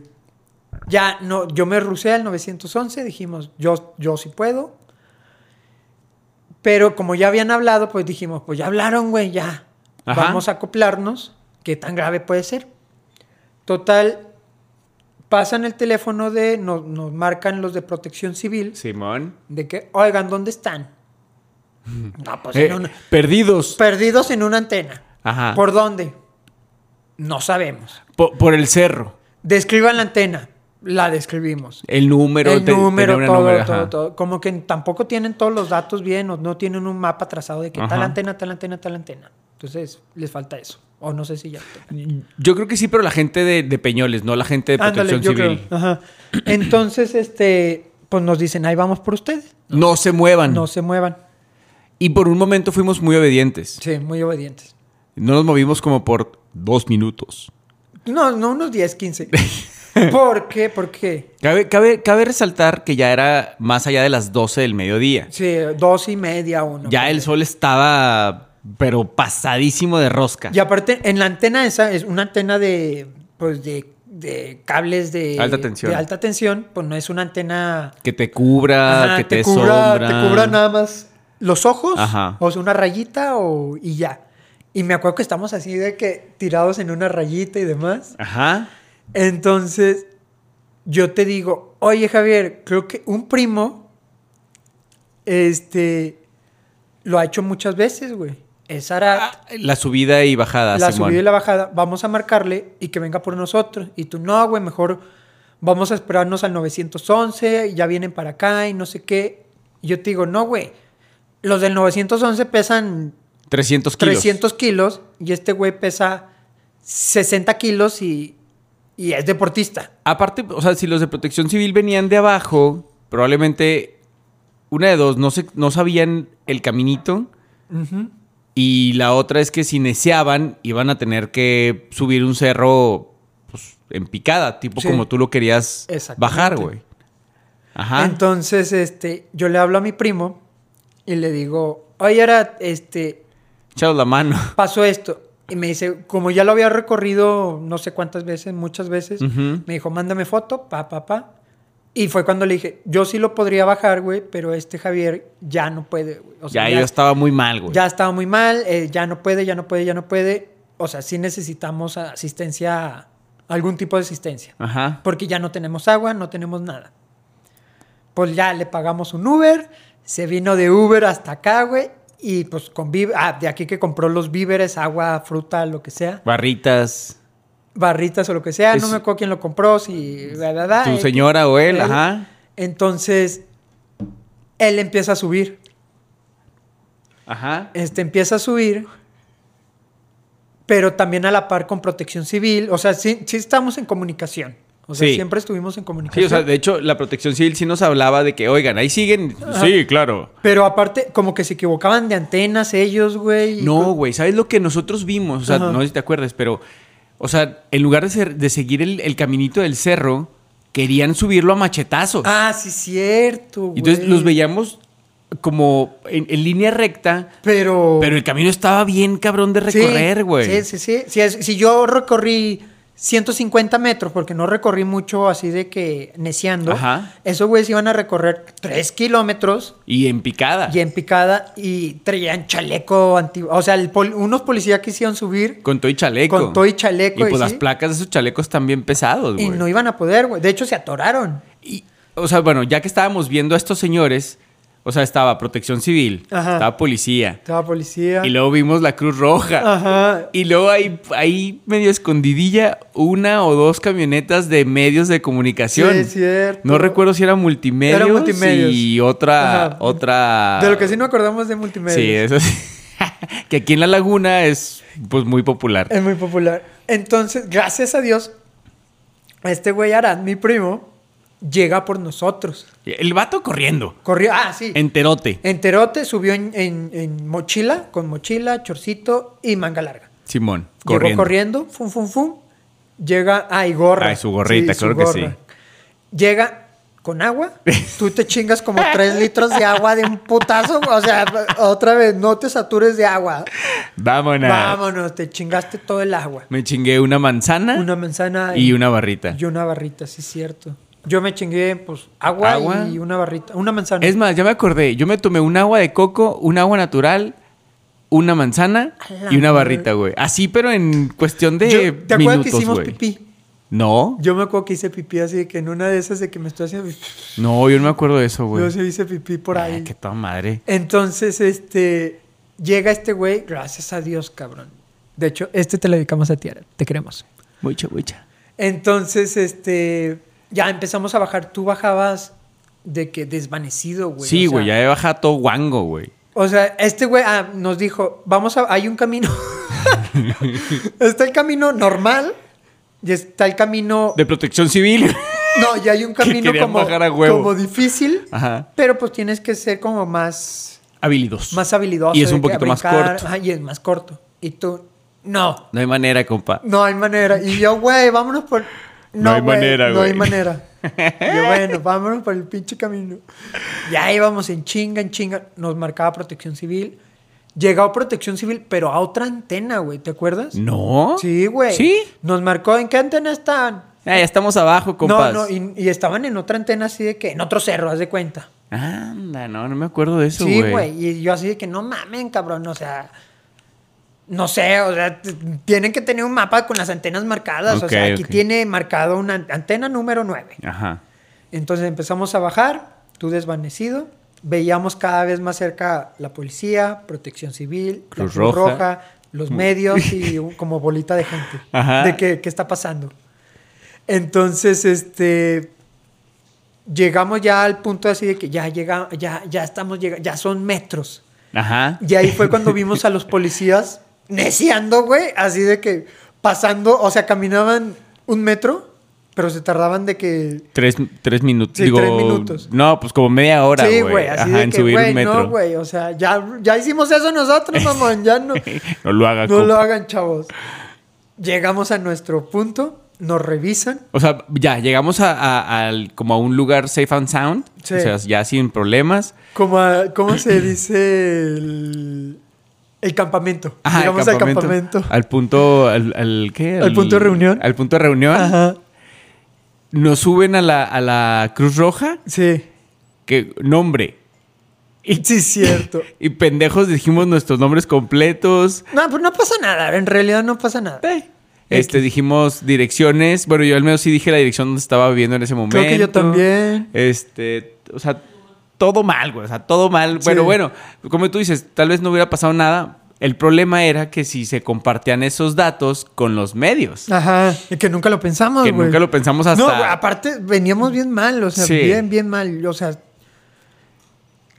ya no yo me rusé al 911, dijimos, yo yo sí puedo. Pero como ya habían hablado, pues dijimos, pues ya hablaron, güey, ya.
Ajá.
Vamos a acoplarnos, qué tan grave puede ser. Total, pasan el teléfono de, nos, nos marcan los de protección civil,
Simón.
de que, oigan, ¿dónde están? No, pues en una-
Eh, perdidos.
perdidos en una antena.
Ajá.
¿Por dónde? No sabemos.
Po- por el cerro.
Describan la antena. La describimos.
El número.
el
te-
número,
tenía un
todo,
número, ajá.
todo, todo. Como que tampoco tienen todos los datos bien o no tienen un mapa trazado de que tal
Ajá.
antena, tal antena, tal antena. Entonces, les falta eso. O no sé si ya.
Yo creo que sí, pero la gente de, de Peñoles, no la gente de
Ándale,
Protección
yo
Civil.
creo. Ajá. Entonces, este, pues nos dicen, ahí vamos por ustedes.
No se muevan.
No se muevan.
Y por un momento fuimos muy obedientes.
Sí, muy obedientes.
No nos movimos como por dos minutos.
No, no unos
*laughs*
10, 15. ¿Por qué? ¿Por qué?
Cabe, cabe, cabe resaltar que ya era más allá de las 12 del mediodía.
Sí, dos y media, uno.
Ya el
sol
sol estaba pero pasadísimo de rosca.
Y aparte, en la antena esa es una antena de, pues de, de cables de
Alta tensión.
de alta tensión, pues no es una antena
Que te cubra,
Ajá,
Ah, que te,
cubra,
sombra.
te cubra nada más los ojos,
Ajá.
o sea, una rayita o, y ya. Y me acuerdo que estamos así de que tirados en una rayita y demás.
Ajá.
Entonces, yo te digo, oye Javier, creo que un primo, este, lo ha hecho muchas veces, güey. Es Arat
La subida y bajada,
la
Ah, Simón.
subida y la bajada, vamos a marcarle y que venga por nosotros. Y tú, no, güey, mejor vamos a esperarnos al 911, ya vienen para acá y no sé qué. Y yo te digo, no, güey, los del 911 pesan
300 kilos.
300 kilos y este güey pesa 60 kilos y, y es deportista.
Aparte, o sea, si los de protección civil venían de abajo, probablemente una de dos, no, se, no sabían el caminito. Y la otra es que si neceaban, iban a tener que subir un cerro pues, en picada, tipo
Sí.
como tú lo querías
Exactamente.
bajar, güey. Ajá.
Entonces, este, yo le hablo a mi primo y le digo, oye, Arat, este,
Echados la mano.
pasó esto. Y me dice, como ya lo había recorrido no sé cuántas veces, muchas veces,
Ujú.
me dijo, mándame foto, pa, pa, pa. Y fue cuando le dije, yo sí lo podría bajar, güey, pero este Javier ya no puede, güey. O sea,
ya, yo estaba muy mal, güey.
ya estaba muy mal, eh, ya no puede, ya no puede, ya no puede. O sea, sí necesitamos asistencia, algún tipo de asistencia.
Ajá.
Porque ya no tenemos agua, no tenemos nada. Pues ya le pagamos un Uber, se vino de Uber hasta acá, güey. Y pues con víve- ah, de aquí que compró los víveres, agua, fruta, lo que sea,
Barritas.
barritas o lo que sea, no
Es-
me acuerdo quién lo compró, si... bla, bla, bla,
Tu
eh,
señora o él, ajá.
Entonces, él empieza a subir,
Ajá.
este empieza a subir, pero también a la par con protección civil, o sea, sí, sí estamos en comunicación, o sea,
Sí.
siempre estuvimos en
Sí,
comunicación.
o sea, de hecho, la protección civil sí nos hablaba de que, oigan, ahí siguen.
Ajá.
Sí, claro.
Pero aparte, como que se equivocaban de antenas ellos, güey. y
No,
co-
güey, ¿sabes lo que nosotros vimos? O sea,
Ajá.
no sé si te acuerdas, pero, o sea, en lugar de, ser- de seguir el, el caminito del cerro, querían subirlo a machetazos.
Ah, sí, cierto, güey.
Y Entonces los veíamos como en, en línea recta,
Pero.
pero el camino estaba bien cabrón de
Oh. Sí,
recorrer, güey.
Sí, sí, sí. Si, es- si yo recorrí 150 metros, porque no recorrí mucho así de que neciando,
Ajá.
esos güeyes iban a recorrer 3 kilómetros
Y en picada.
y en picada y traían chaleco anti. O sea, el pol- unos policías quisieron subir
Con todo y chaleco.
con todo y chaleco.
Y pues las
sí,
placas de esos chalecos están bien pesados,
y
güey.
no iban a poder, güey. De hecho, se atoraron.
Y, o sea, bueno, ya que estábamos viendo a estos señores, o sea, estaba protección civil,
Ajá.
estaba policía,
Estaba policía.
y luego vimos la Cruz Roja.
Ajá.
Y luego ahí, ahí medio escondidilla, una o dos camionetas de medios de comunicación.
Sí, es cierto.
No recuerdo si era multimedia
Era multimedios.
y otra,
Ajá.
otra.
De lo que sí no acordamos de multimedia.
Ah. Sí, eso sí. *laughs* que aquí en la laguna es pues muy popular.
Es muy popular. Entonces, gracias a Dios, este güey Arad, mi primo, llega por nosotros.
El vato corriendo.
Corrió, ah, sí.
Enterote.
Enterote subió en, en- en mochila, con mochila, chorcito y manga larga.
Simón. Corriendo.
Llegó corriendo, fum, fum, fum. Llega, ah, y gorra.
Ay, su gorrita,
su
claro que sí.
Llega
*laughs*
con agua, tú te chingas como tres litros de agua de un putazo. O sea, otra vez, no te satures de agua.
Vámonos.
Vámonos, te chingaste todo el agua.
Me chingué una manzana
Una manzana
y una barrita.
y una barrita, sí, cierto. Yo me chingué, pues, agua,
Agua.
y una barrita, una manzana.
Es más, ya me acordé. Yo me tomé un agua de coco, un agua natural, una manzana
A la
y una
madre.
barrita, güey. Así, pero en cuestión de
Yo- ¿Te acuerdas
minutos,
que hicimos
güey.
pipí?
No,
Yo me acuerdo que hice pipí así, de que en una de esas de que me estoy haciendo...
no, yo no me acuerdo de eso, güey.
Yo sí hice pipí por
Ah,
ahí.
qué toda madre.
Entonces, este, llega este güey, gracias a Dios, cabrón. De hecho, este te lo dedicamos a ti, Ara, te queremos.
Mucha, mucha.
Entonces, este, ya empezamos a bajar. Tú bajabas de que desvanecido, güey.
sí,
o sea,
güey, ya he bajado todo guango, güey.
O sea, este güey ah, nos dijo, vamos a, hay un camino. *laughs* está el camino normal y está el camino...
De protección civil. *laughs*
No, y hay un camino
querían
como,
bajar a huevo.
como difícil,
Ajá.
pero pues tienes que ser como más,
Habilidos.
más habilidoso.
Y es
de
un
que
poquito más
brincar,
corto.
ajá, y es más corto. Y tú, no,
No hay manera, compa.
no hay manera. Y yo, güey, vámonos por...
No hay
güey,
manera,
No
güey.
hay manera. Y
*laughs*
Yo, bueno, vámonos por el pinche camino. Ya íbamos en chinga, en chinga. Nos marcaba protección civil. Llegó Protección Civil, pero a otra antena, güey, ¿te acuerdas?
No.
Sí, güey.
¿Sí?
Nos marcó en qué antena están.
Ah, ya estamos abajo, compas.
No, no, y, y estaban en otra antena así de que, en otro cerro, haz de cuenta.
Anda, no, no me acuerdo de eso,
Sí,
güey.
güey. Y yo así de que no mamen, cabrón. O sea, no sé, o sea, t- tienen que tener un mapa con las antenas marcadas. o
Ok,
sea, aquí
ok.
tiene marcado una an- antena número 9.
Ajá.
Entonces empezamos a bajar, tú desvanecido. Veíamos cada vez más cerca la policía, protección civil, la
Cruz
Cruz
Roja.
Roja, los
*laughs*
medios y un- como bolita de gente.
Ajá.
De qué, qué está pasando. Entonces, este. Llegamos ya al punto así de que ya llega, ya, ya estamos llegando, ya son metros.
Ajá.
Y ahí
*laughs*
fue cuando vimos a los policías neciando, güey, así de que pasando, o sea, caminaban un metro, pero se tardaban de que
Tres, tres minutos.
Sí,
Digo,
tres minutos.
No, pues como media hora, güey.
sí, güey, así
Ajá,
de
en
que,
subir un
güey,
metro.
no, güey, o sea, ya, ya hicimos eso nosotros, mamón, ya no,
*laughs* No lo haga,
no
compa.
lo hagan, chavos. Llegamos a nuestro punto, nos revisan,
O sea, ya, llegamos a, a- al- como a un lugar safe and sound.
Sí.
O sea, ya sin problemas.
como a-
*clears throat*
¿cómo se dice el, el campamento?
Ajá,
Llegamos
el
al campamento.
Al punto, al, al- ¿qué?
Al punto de reunión.
Al punto de reunión.
Ajá,
Nos suben a la, a la Cruz Roja.
sí,
Que, nombre. Y, *laughs*
sí, cierto.
y pendejos dijimos nuestros nombres completos.
No, pues no pasa nada, en realidad no pasa nada.
Este, dijimos direcciones. Bueno, yo al menos sí dije la dirección donde estaba viviendo en ese momento.
Creo que yo también.
Este, o sea, todo mal, güey. O sea, todo mal.
Sí.
Bueno, bueno, como tú dices, tal vez no hubiera pasado nada. El problema era que si se compartían esos datos con los medios.
Ajá, y que nunca lo pensamos,
que
güey.
nunca lo pensamos
No,
hasta...
güey, aparte veníamos bien mal, o sea,
Sí.
bien, bien mal. O sea,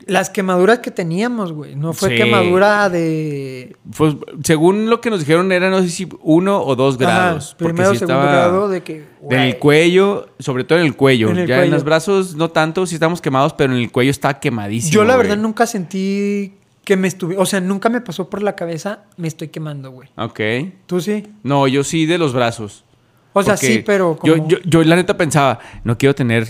las quemaduras que teníamos, güey. No fue
Sí.
quemadura de.
Pues, según lo que nos dijeron, era no sé si uno o dos grados.
Ajá,
porque
primero,
sí
segundo
estaba
grado, de que.
En
güey,
el cuello, sobre todo en el cuello.
En el
ya en
cuello.
los brazos no tanto, sí estamos quemados, pero en el cuello está quemadísimo.
Yo la
güey.
verdad nunca sentí que me estuve. O sea, nunca me pasó por la cabeza, me estoy quemando, güey.
Ok.
¿Tú sí?
No, yo sí de los brazos.
O sea,
Porque
sí, pero. Como...
Yo, yo, yo la neta pensaba, no quiero tener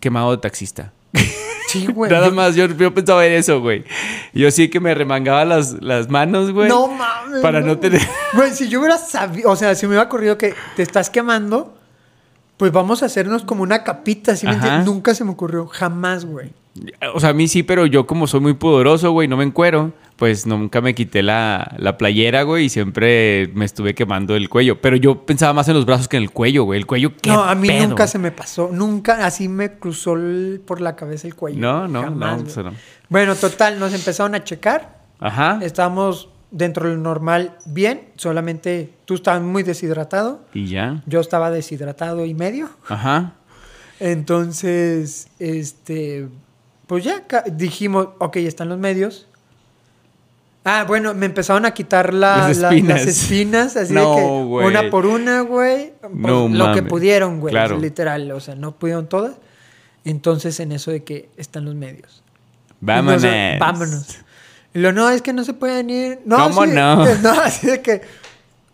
quemado de taxista.
*laughs* Sí, güey.
Nada
yo-
más, yo, yo pensaba en eso, güey. Yo sí que me remangaba las, las manos, güey.
No mames.
Para no tener...
Güey, si yo hubiera sabido, o sea, si me hubiera corrido que te estás quemando, pues vamos a hacernos como una capita, ¿sí me
Ajá.
entiendes? Nunca se me ocurrió, jamás, güey.
O sea, a mí sí, pero yo como soy muy pudoroso, güey, no me encuero. Pues nunca me quité la, la playera, güey, y siempre me estuve quemando el cuello. Pero yo pensaba más en los brazos que en el cuello, güey. El cuello, ¿qué
No, a mí
pedo?
nunca se me pasó, nunca así me cruzó el- por la cabeza el cuello.
No, no,
Jamás,
no,
güey.
eso no.
Bueno, total, nos empezaron a checar,
Ajá.
estábamos dentro del normal bien, solamente tú estabas muy deshidratado,
Y ya.
yo estaba deshidratado y medio.
Ajá.
Entonces, este, pues ya ca- dijimos, ok, están los medios. Ah, bueno, me empezaron a quitar la-
Las
la-
espinas.
las espinas, así
No,
de que
güey.
una por una, güey. pues,
No
lo que
mames.
pudieron, güey,
Claro.
literal, o sea, no pudieron todas. Entonces, en eso de que están los medios.
Vámonos.
Y nos- vámonos. Y lo no, es que no se pueden ir. No,
¿Cómo
sí,
no?
*laughs* no, así de que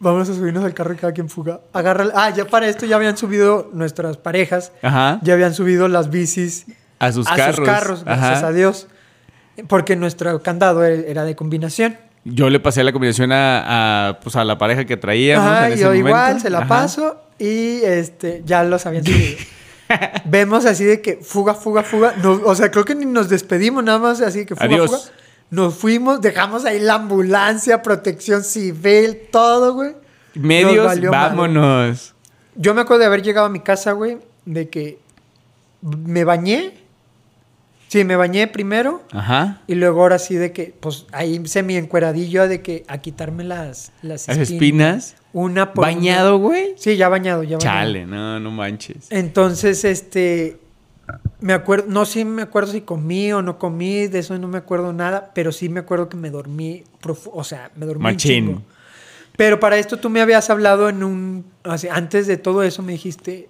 vamos a subirnos al carro y cada quien fuga. Agarra, ah, ya para esto ya habían subido nuestras parejas
Ajá.
ya habían subido las bicis
A sus
a
carros.
sus carros, gracias
Ajá.
a Dios. Porque nuestro candado e- era de combinación.
Yo le pasé la combinación a, a, pues, a la pareja que traíamos
Ajá,
en ese
yo
momento.
igual se la
Ajá.
paso y este ya los
*laughs*
habían subido. Vemos así de que fuga, fuga, fuga. No, o sea, creo que ni nos despedimos, nada más así que fuga,
Adiós.
fuga. Nos fuimos, dejamos ahí la ambulancia, protección civil, todo, güey. Nos
Medios,
valió madre.
vámonos.
Yo me acuerdo de haber llegado a mi casa, güey, de que me bañé. Sí, me bañé primero.
Ajá.
Y luego ahora sí de que, pues ahí semi encueradillo de que a quitarme las, las,
Las espinas.
Una por
Bañado,
una.
güey.
Sí, ya bañado, ya bañado.
Chale, no, no manches.
Entonces, este, me acuerdo, no sé, me acuerdo si comí o no comí, de eso no me acuerdo nada, pero sí me acuerdo que me dormí, profu- o sea, me dormí. un
Machín.
chingo. Pero para esto tú me habías hablado en un, o sea, antes de todo eso me dijiste,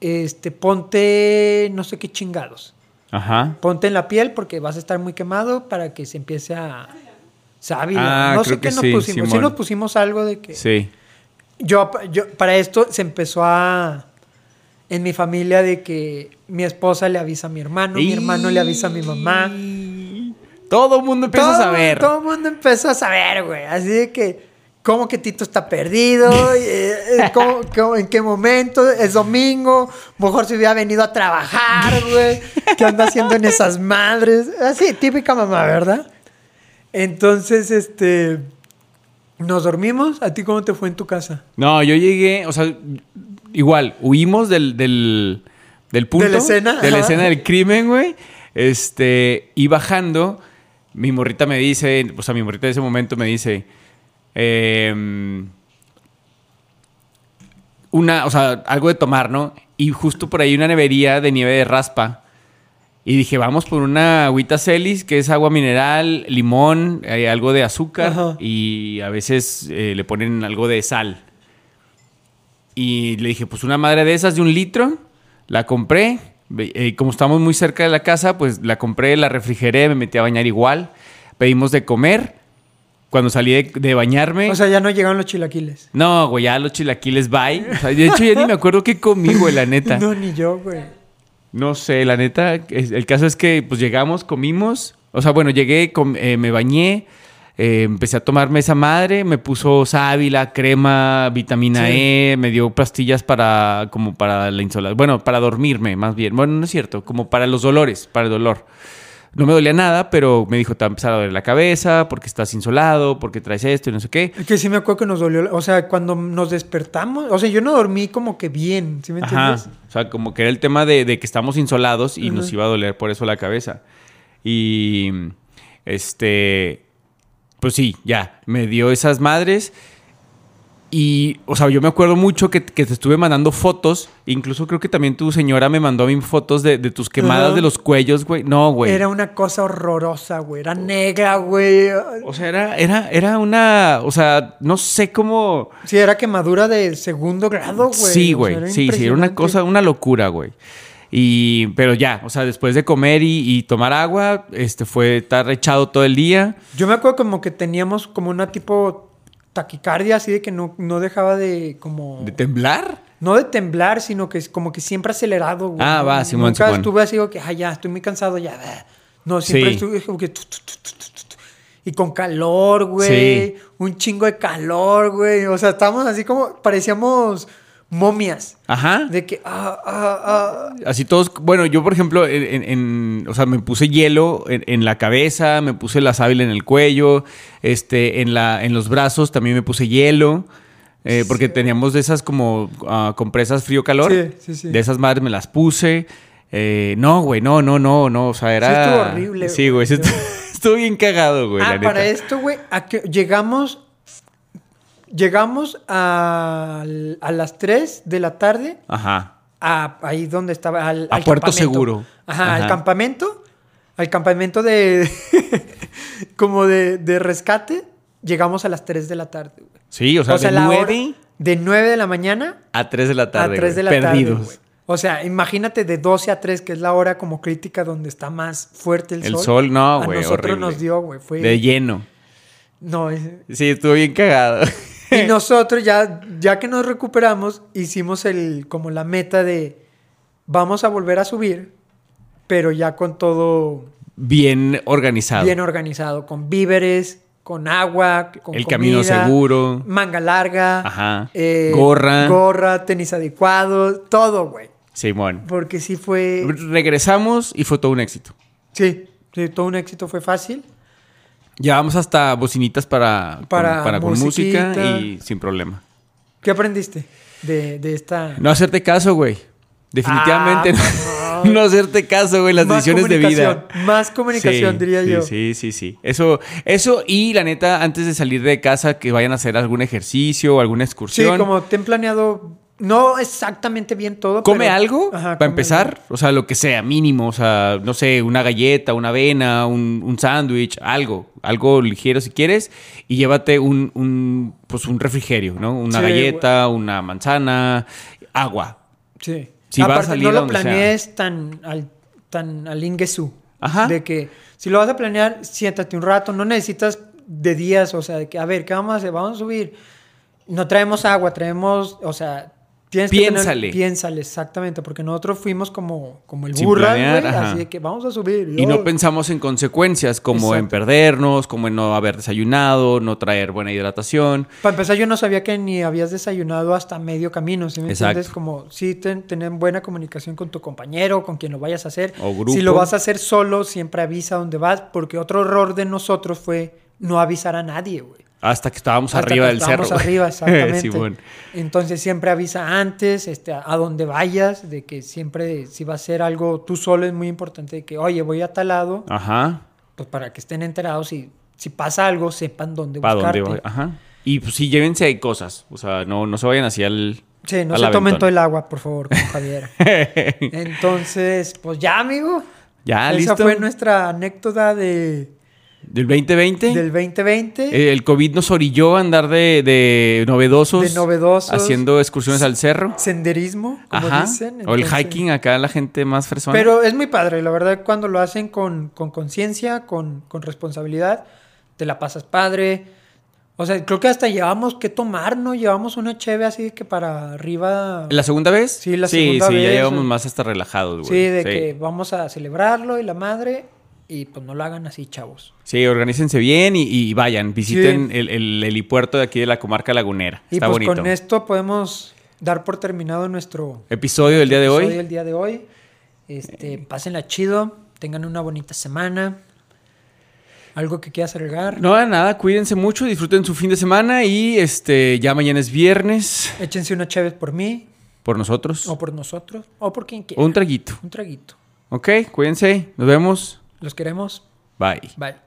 este, ponte, no sé qué chingados
Ajá.
ponte en la piel porque vas a estar muy quemado para que se empiece a sábila.
Ah,
no
creo
sé qué
que
nos
sí,
pusimos. Sí
Simón.
nos pusimos algo de que
Sí.
yo, yo para esto se empezó a en mi familia de que mi esposa le avisa a mi hermano, mi hermano le avisa a mi mamá.
Todo el mundo empieza
todo,
a saber.
Todo el mundo empezó a saber, güey. Así de que, ¿cómo que Tito
*laughs*
está perdido? Eh, eh, ¿cómo- cómo- en qué momento? Es domingo. Mejor se hubiera venido a trabajar, güey. ¿Qué anda haciendo en esas madres? Así, típica mamá, ¿verdad? Entonces, este. Nos dormimos. ¿A ti cómo te fue en tu casa?
No, yo llegué, o sea, igual, huimos del, del, del punto.
De la escena,
De la
ajá.
escena del crimen, güey. Este, y bajando, mi morrita me dice, o sea, mi morrita de ese momento me dice, em, una, o sea, algo de tomar, ¿no? Y justo por ahí una nevería de nieve de raspa. Y dije, vamos por una agüita Celis, que es agua mineral, limón, eh, algo de azúcar
Ajá.
y a veces eh, le ponen algo de sal. Y le dije, pues una madre de esas de un litro, la compré. Ve- eh, como estamos muy cerca de la casa, pues la compré, la refrigeré, me metí a bañar igual. Pedimos de comer. Cuando salí de, de bañarme...
O sea, ya no llegaron los chilaquiles.
no, güey, ya los chilaquiles, bye. O sea, de hecho, ya ni me acuerdo qué comí, güey, la neta.
*laughs* No, ni yo, güey.
No sé, la neta, es- el caso es que pues llegamos, comimos, o sea, bueno, llegué, com- eh, me bañé, eh, empecé a tomarme esa madre, me puso sábila, crema, vitamina
Sí.
E, me dio pastillas para, como para la insolación, bueno, para dormirme más bien, bueno, no es cierto, como para los dolores, para el dolor. No me dolía nada, pero me dijo, te va a empezar a doler la cabeza, porque estás insolado, porque traes esto y no sé qué.
Es que sí me acuerdo que nos dolió. la- O sea, cuando nos despertamos. O sea, yo no dormí como que bien. ¿Sí me
Ajá.
entiendes?
O sea, como que era el tema de, de que estamos insolados y nos
Ajá.
iba a doler por eso la cabeza. Y este, pues sí, ya, me dio esas madres. Y, o sea, yo me acuerdo mucho que, que te estuve mandando fotos. Incluso creo que también tu señora me mandó a mí fotos de, de tus quemadas
Ajá.
de los cuellos, güey. No, güey.
Era una cosa horrorosa, güey. Era negra, güey.
O sea, era, era, era una. O sea, no sé cómo.
Sí, era quemadura de segundo grado, güey.
Sí,
O sea,
güey. sí, sí, era una
impresionante.
cosa, una locura, güey. Y, pero ya, o sea, después de comer y, y tomar agua, este fue estar rechado todo el día.
Yo me acuerdo como que teníamos como una tipo taquicardia, así de que no, no dejaba de como...
¿De temblar?
no de temblar, sino que es como que siempre acelerado, güey.
Ah, va,
No-
Simón,
Nunca
Simón.
estuve así, como que, ah, ya, estoy muy cansado, ya. bah". No, siempre
Sí.
estuve como que... tu, tu, tu, tu, tu, tu. Y con calor, güey.
Sí.
Un chingo de calor, güey. O sea, estábamos así como... Parecíamos momias.
Ajá.
De que... Ah, ah, ah.
Así todos, bueno, yo por ejemplo, en, en- en- o sea, me puse hielo en, en la cabeza, me puse la sábila en el cuello, este, en, la, en los brazos también me puse hielo, eh, porque teníamos de esas como ah, compresas frío-calor.
Sí, sí, sí.
De esas madres me las puse. Eh, no, güey, no, no, no, no, o sea, era...
estuvo horrible,
Sí, güey,
güey.
sí estu- estuvo *laughs* bien cagado, güey.
Ah,
la
para
neta.
esto, güey, a que llegamos... Llegamos a, a las 3 de la tarde
Ajá.
a- ahí donde estaba al,
A
al
Puerto
campamento.
Seguro.
Ajá, al
Ajá.
campamento, al campamento de *laughs* como de, de rescate, llegamos a las 3 de la tarde. güey.
Sí, o sea, de
la hora-
9
de 9 de la mañana
a 3 de la tarde.
a 3 de
güey,
la
Perdidos.
tarde. güey. O sea, imagínate de 12 a 3, que es la hora como crítica donde está más fuerte el sol.
El sol, no,
A
güey,
nosotros
horrible.
nos dio, güey, fue
De lleno.
No, es-
Sí, estuvo bien cagado. *laughs*
y nosotros ya ya que nos recuperamos hicimos el como la meta de vamos a volver a subir, pero ya con todo
Bien organizado.
bien organizado, con víveres, con agua, con
El camino
comida,
seguro.
manga larga,
Ajá.
eh,
Gorra.
gorra, tenis adecuados, todo, güey,
Simón.
porque sí fue,
Regresamos y fue todo un éxito.
sí, sí, todo un éxito fue fácil.
Llevamos hasta bocinitas para,
Para
con, para con
musiquita.
música y sin problema.
¿Qué aprendiste de, de esta?
No hacerte caso, güey. Definitivamente *laughs*
Ah,
no, no hacerte caso, güey, las
Más
decisiones de vida.
comunicación, más comunicación,
Sí,
diría
sí,
yo.
Sí, sí, sí. Eso, eso y la neta, antes de salir de casa, que vayan a hacer algún ejercicio o alguna
Sí,
excursión.
como te han planeado, no exactamente bien todo.
Come
pero-
algo
Ajá,
para
come
empezar,
algo.
o sea, lo que sea, mínimo, o sea, no sé, una galleta, una avena, un, un sándwich, algo, algo ligero si quieres, y llévate un, un, pues un refrigerio, ¿no? Una
Sí,
galleta, una manzana, agua.
Sí.
Sí, va a
Aparte,
salir
no
a
lo
donde sea.
planees tan al, tan al ingesú.
Ajá.
De que si lo vas a planear, siéntate un rato, no necesitas de días, o sea, de que a ver, ¿qué vamos a hacer? Vamos a subir. No traemos agua, traemos, o sea, Tienes
Piénsale.
Que tener, piénsale, exactamente, porque nosotros fuimos como, como el
Sin
burra,
planear,
güey,
ajá.
así de que vamos a subir.
Y no
oh.
pensamos en consecuencias como en
Exacto.
perdernos, como en no haber desayunado, no traer buena hidratación.
Para empezar, yo no sabía que ni habías desayunado hasta medio camino, ¿sí me
Exacto.
entiendes? Como sí ten- tener buena comunicación con tu compañero, con quien lo vayas a hacer.
O grupo.
Si lo vas a hacer solo, siempre avisa dónde vas, porque otro error de nosotros fue no avisar a nadie, güey.
Hasta que estábamos
Hasta
arriba
que
del cerro.
estábamos
güey. *laughs*
arriba, exactamente.
Simón.
Entonces siempre avisa antes, este, a, a dónde vayas, de que siempre si va a ser algo tú solo es muy importante de que, oye, voy a tal
Ah.
lado,
Ajá.
pues para que estén enterados y si pasa algo sepan dónde
¿Para
buscarte.
dónde voy? Ajá. Y pues sí, llévense ahí cosas. O sea, no, no se vayan hacia el.
Sí, no
al
se tomen
aventón.
todo el agua, por favor,
*laughs*
con Javier. Entonces, pues ya, amigo.
Ya,
Esa
Ah, listo.
fue nuestra anécdota de,
Del 2020.
del 2020.
Eh, El COVID nos orilló a andar de, de novedosos.
De novedosos.
Haciendo excursiones al cerro.
senderismo, como
Ajá.
dicen.
o el
entonces-
hiking acá, la gente más fresona.
Pero es muy padre, la verdad, cuando lo hacen con con conciencia, con, con responsabilidad, te la pasas padre. O sea, creo que hasta llevamos que tomar, ¿no? Llevamos una cheve así que para arriba.
¿La segunda vez?
Sí, la
sí,
segunda
Sí, ya
vez. eh.
llevamos más hasta relajados, güey.
sí, de que vamos a celebrarlo y la madre. Y pues no lo hagan así, chavos.
Sí, organícense bien y, y vayan, visiten el, el helipuerto de aquí de la comarca lagunera.
Y
Está
pues
bonito.
con esto podemos dar por terminado nuestro
Episodio del día de hoy. Eh.
episodio el día de hoy. Este, pásenla chido, tengan una bonita semana. Algo que quieras agregar.
No, nada, cuídense mucho, disfruten su fin de semana y este ya mañana es viernes
Échense una chévere por mí,
por nosotros.
o por nosotros, o por quien quiera.
O un traguito.
Un traguito.
Ok, cuídense, nos vemos.
Los queremos.
Bye.
Bye.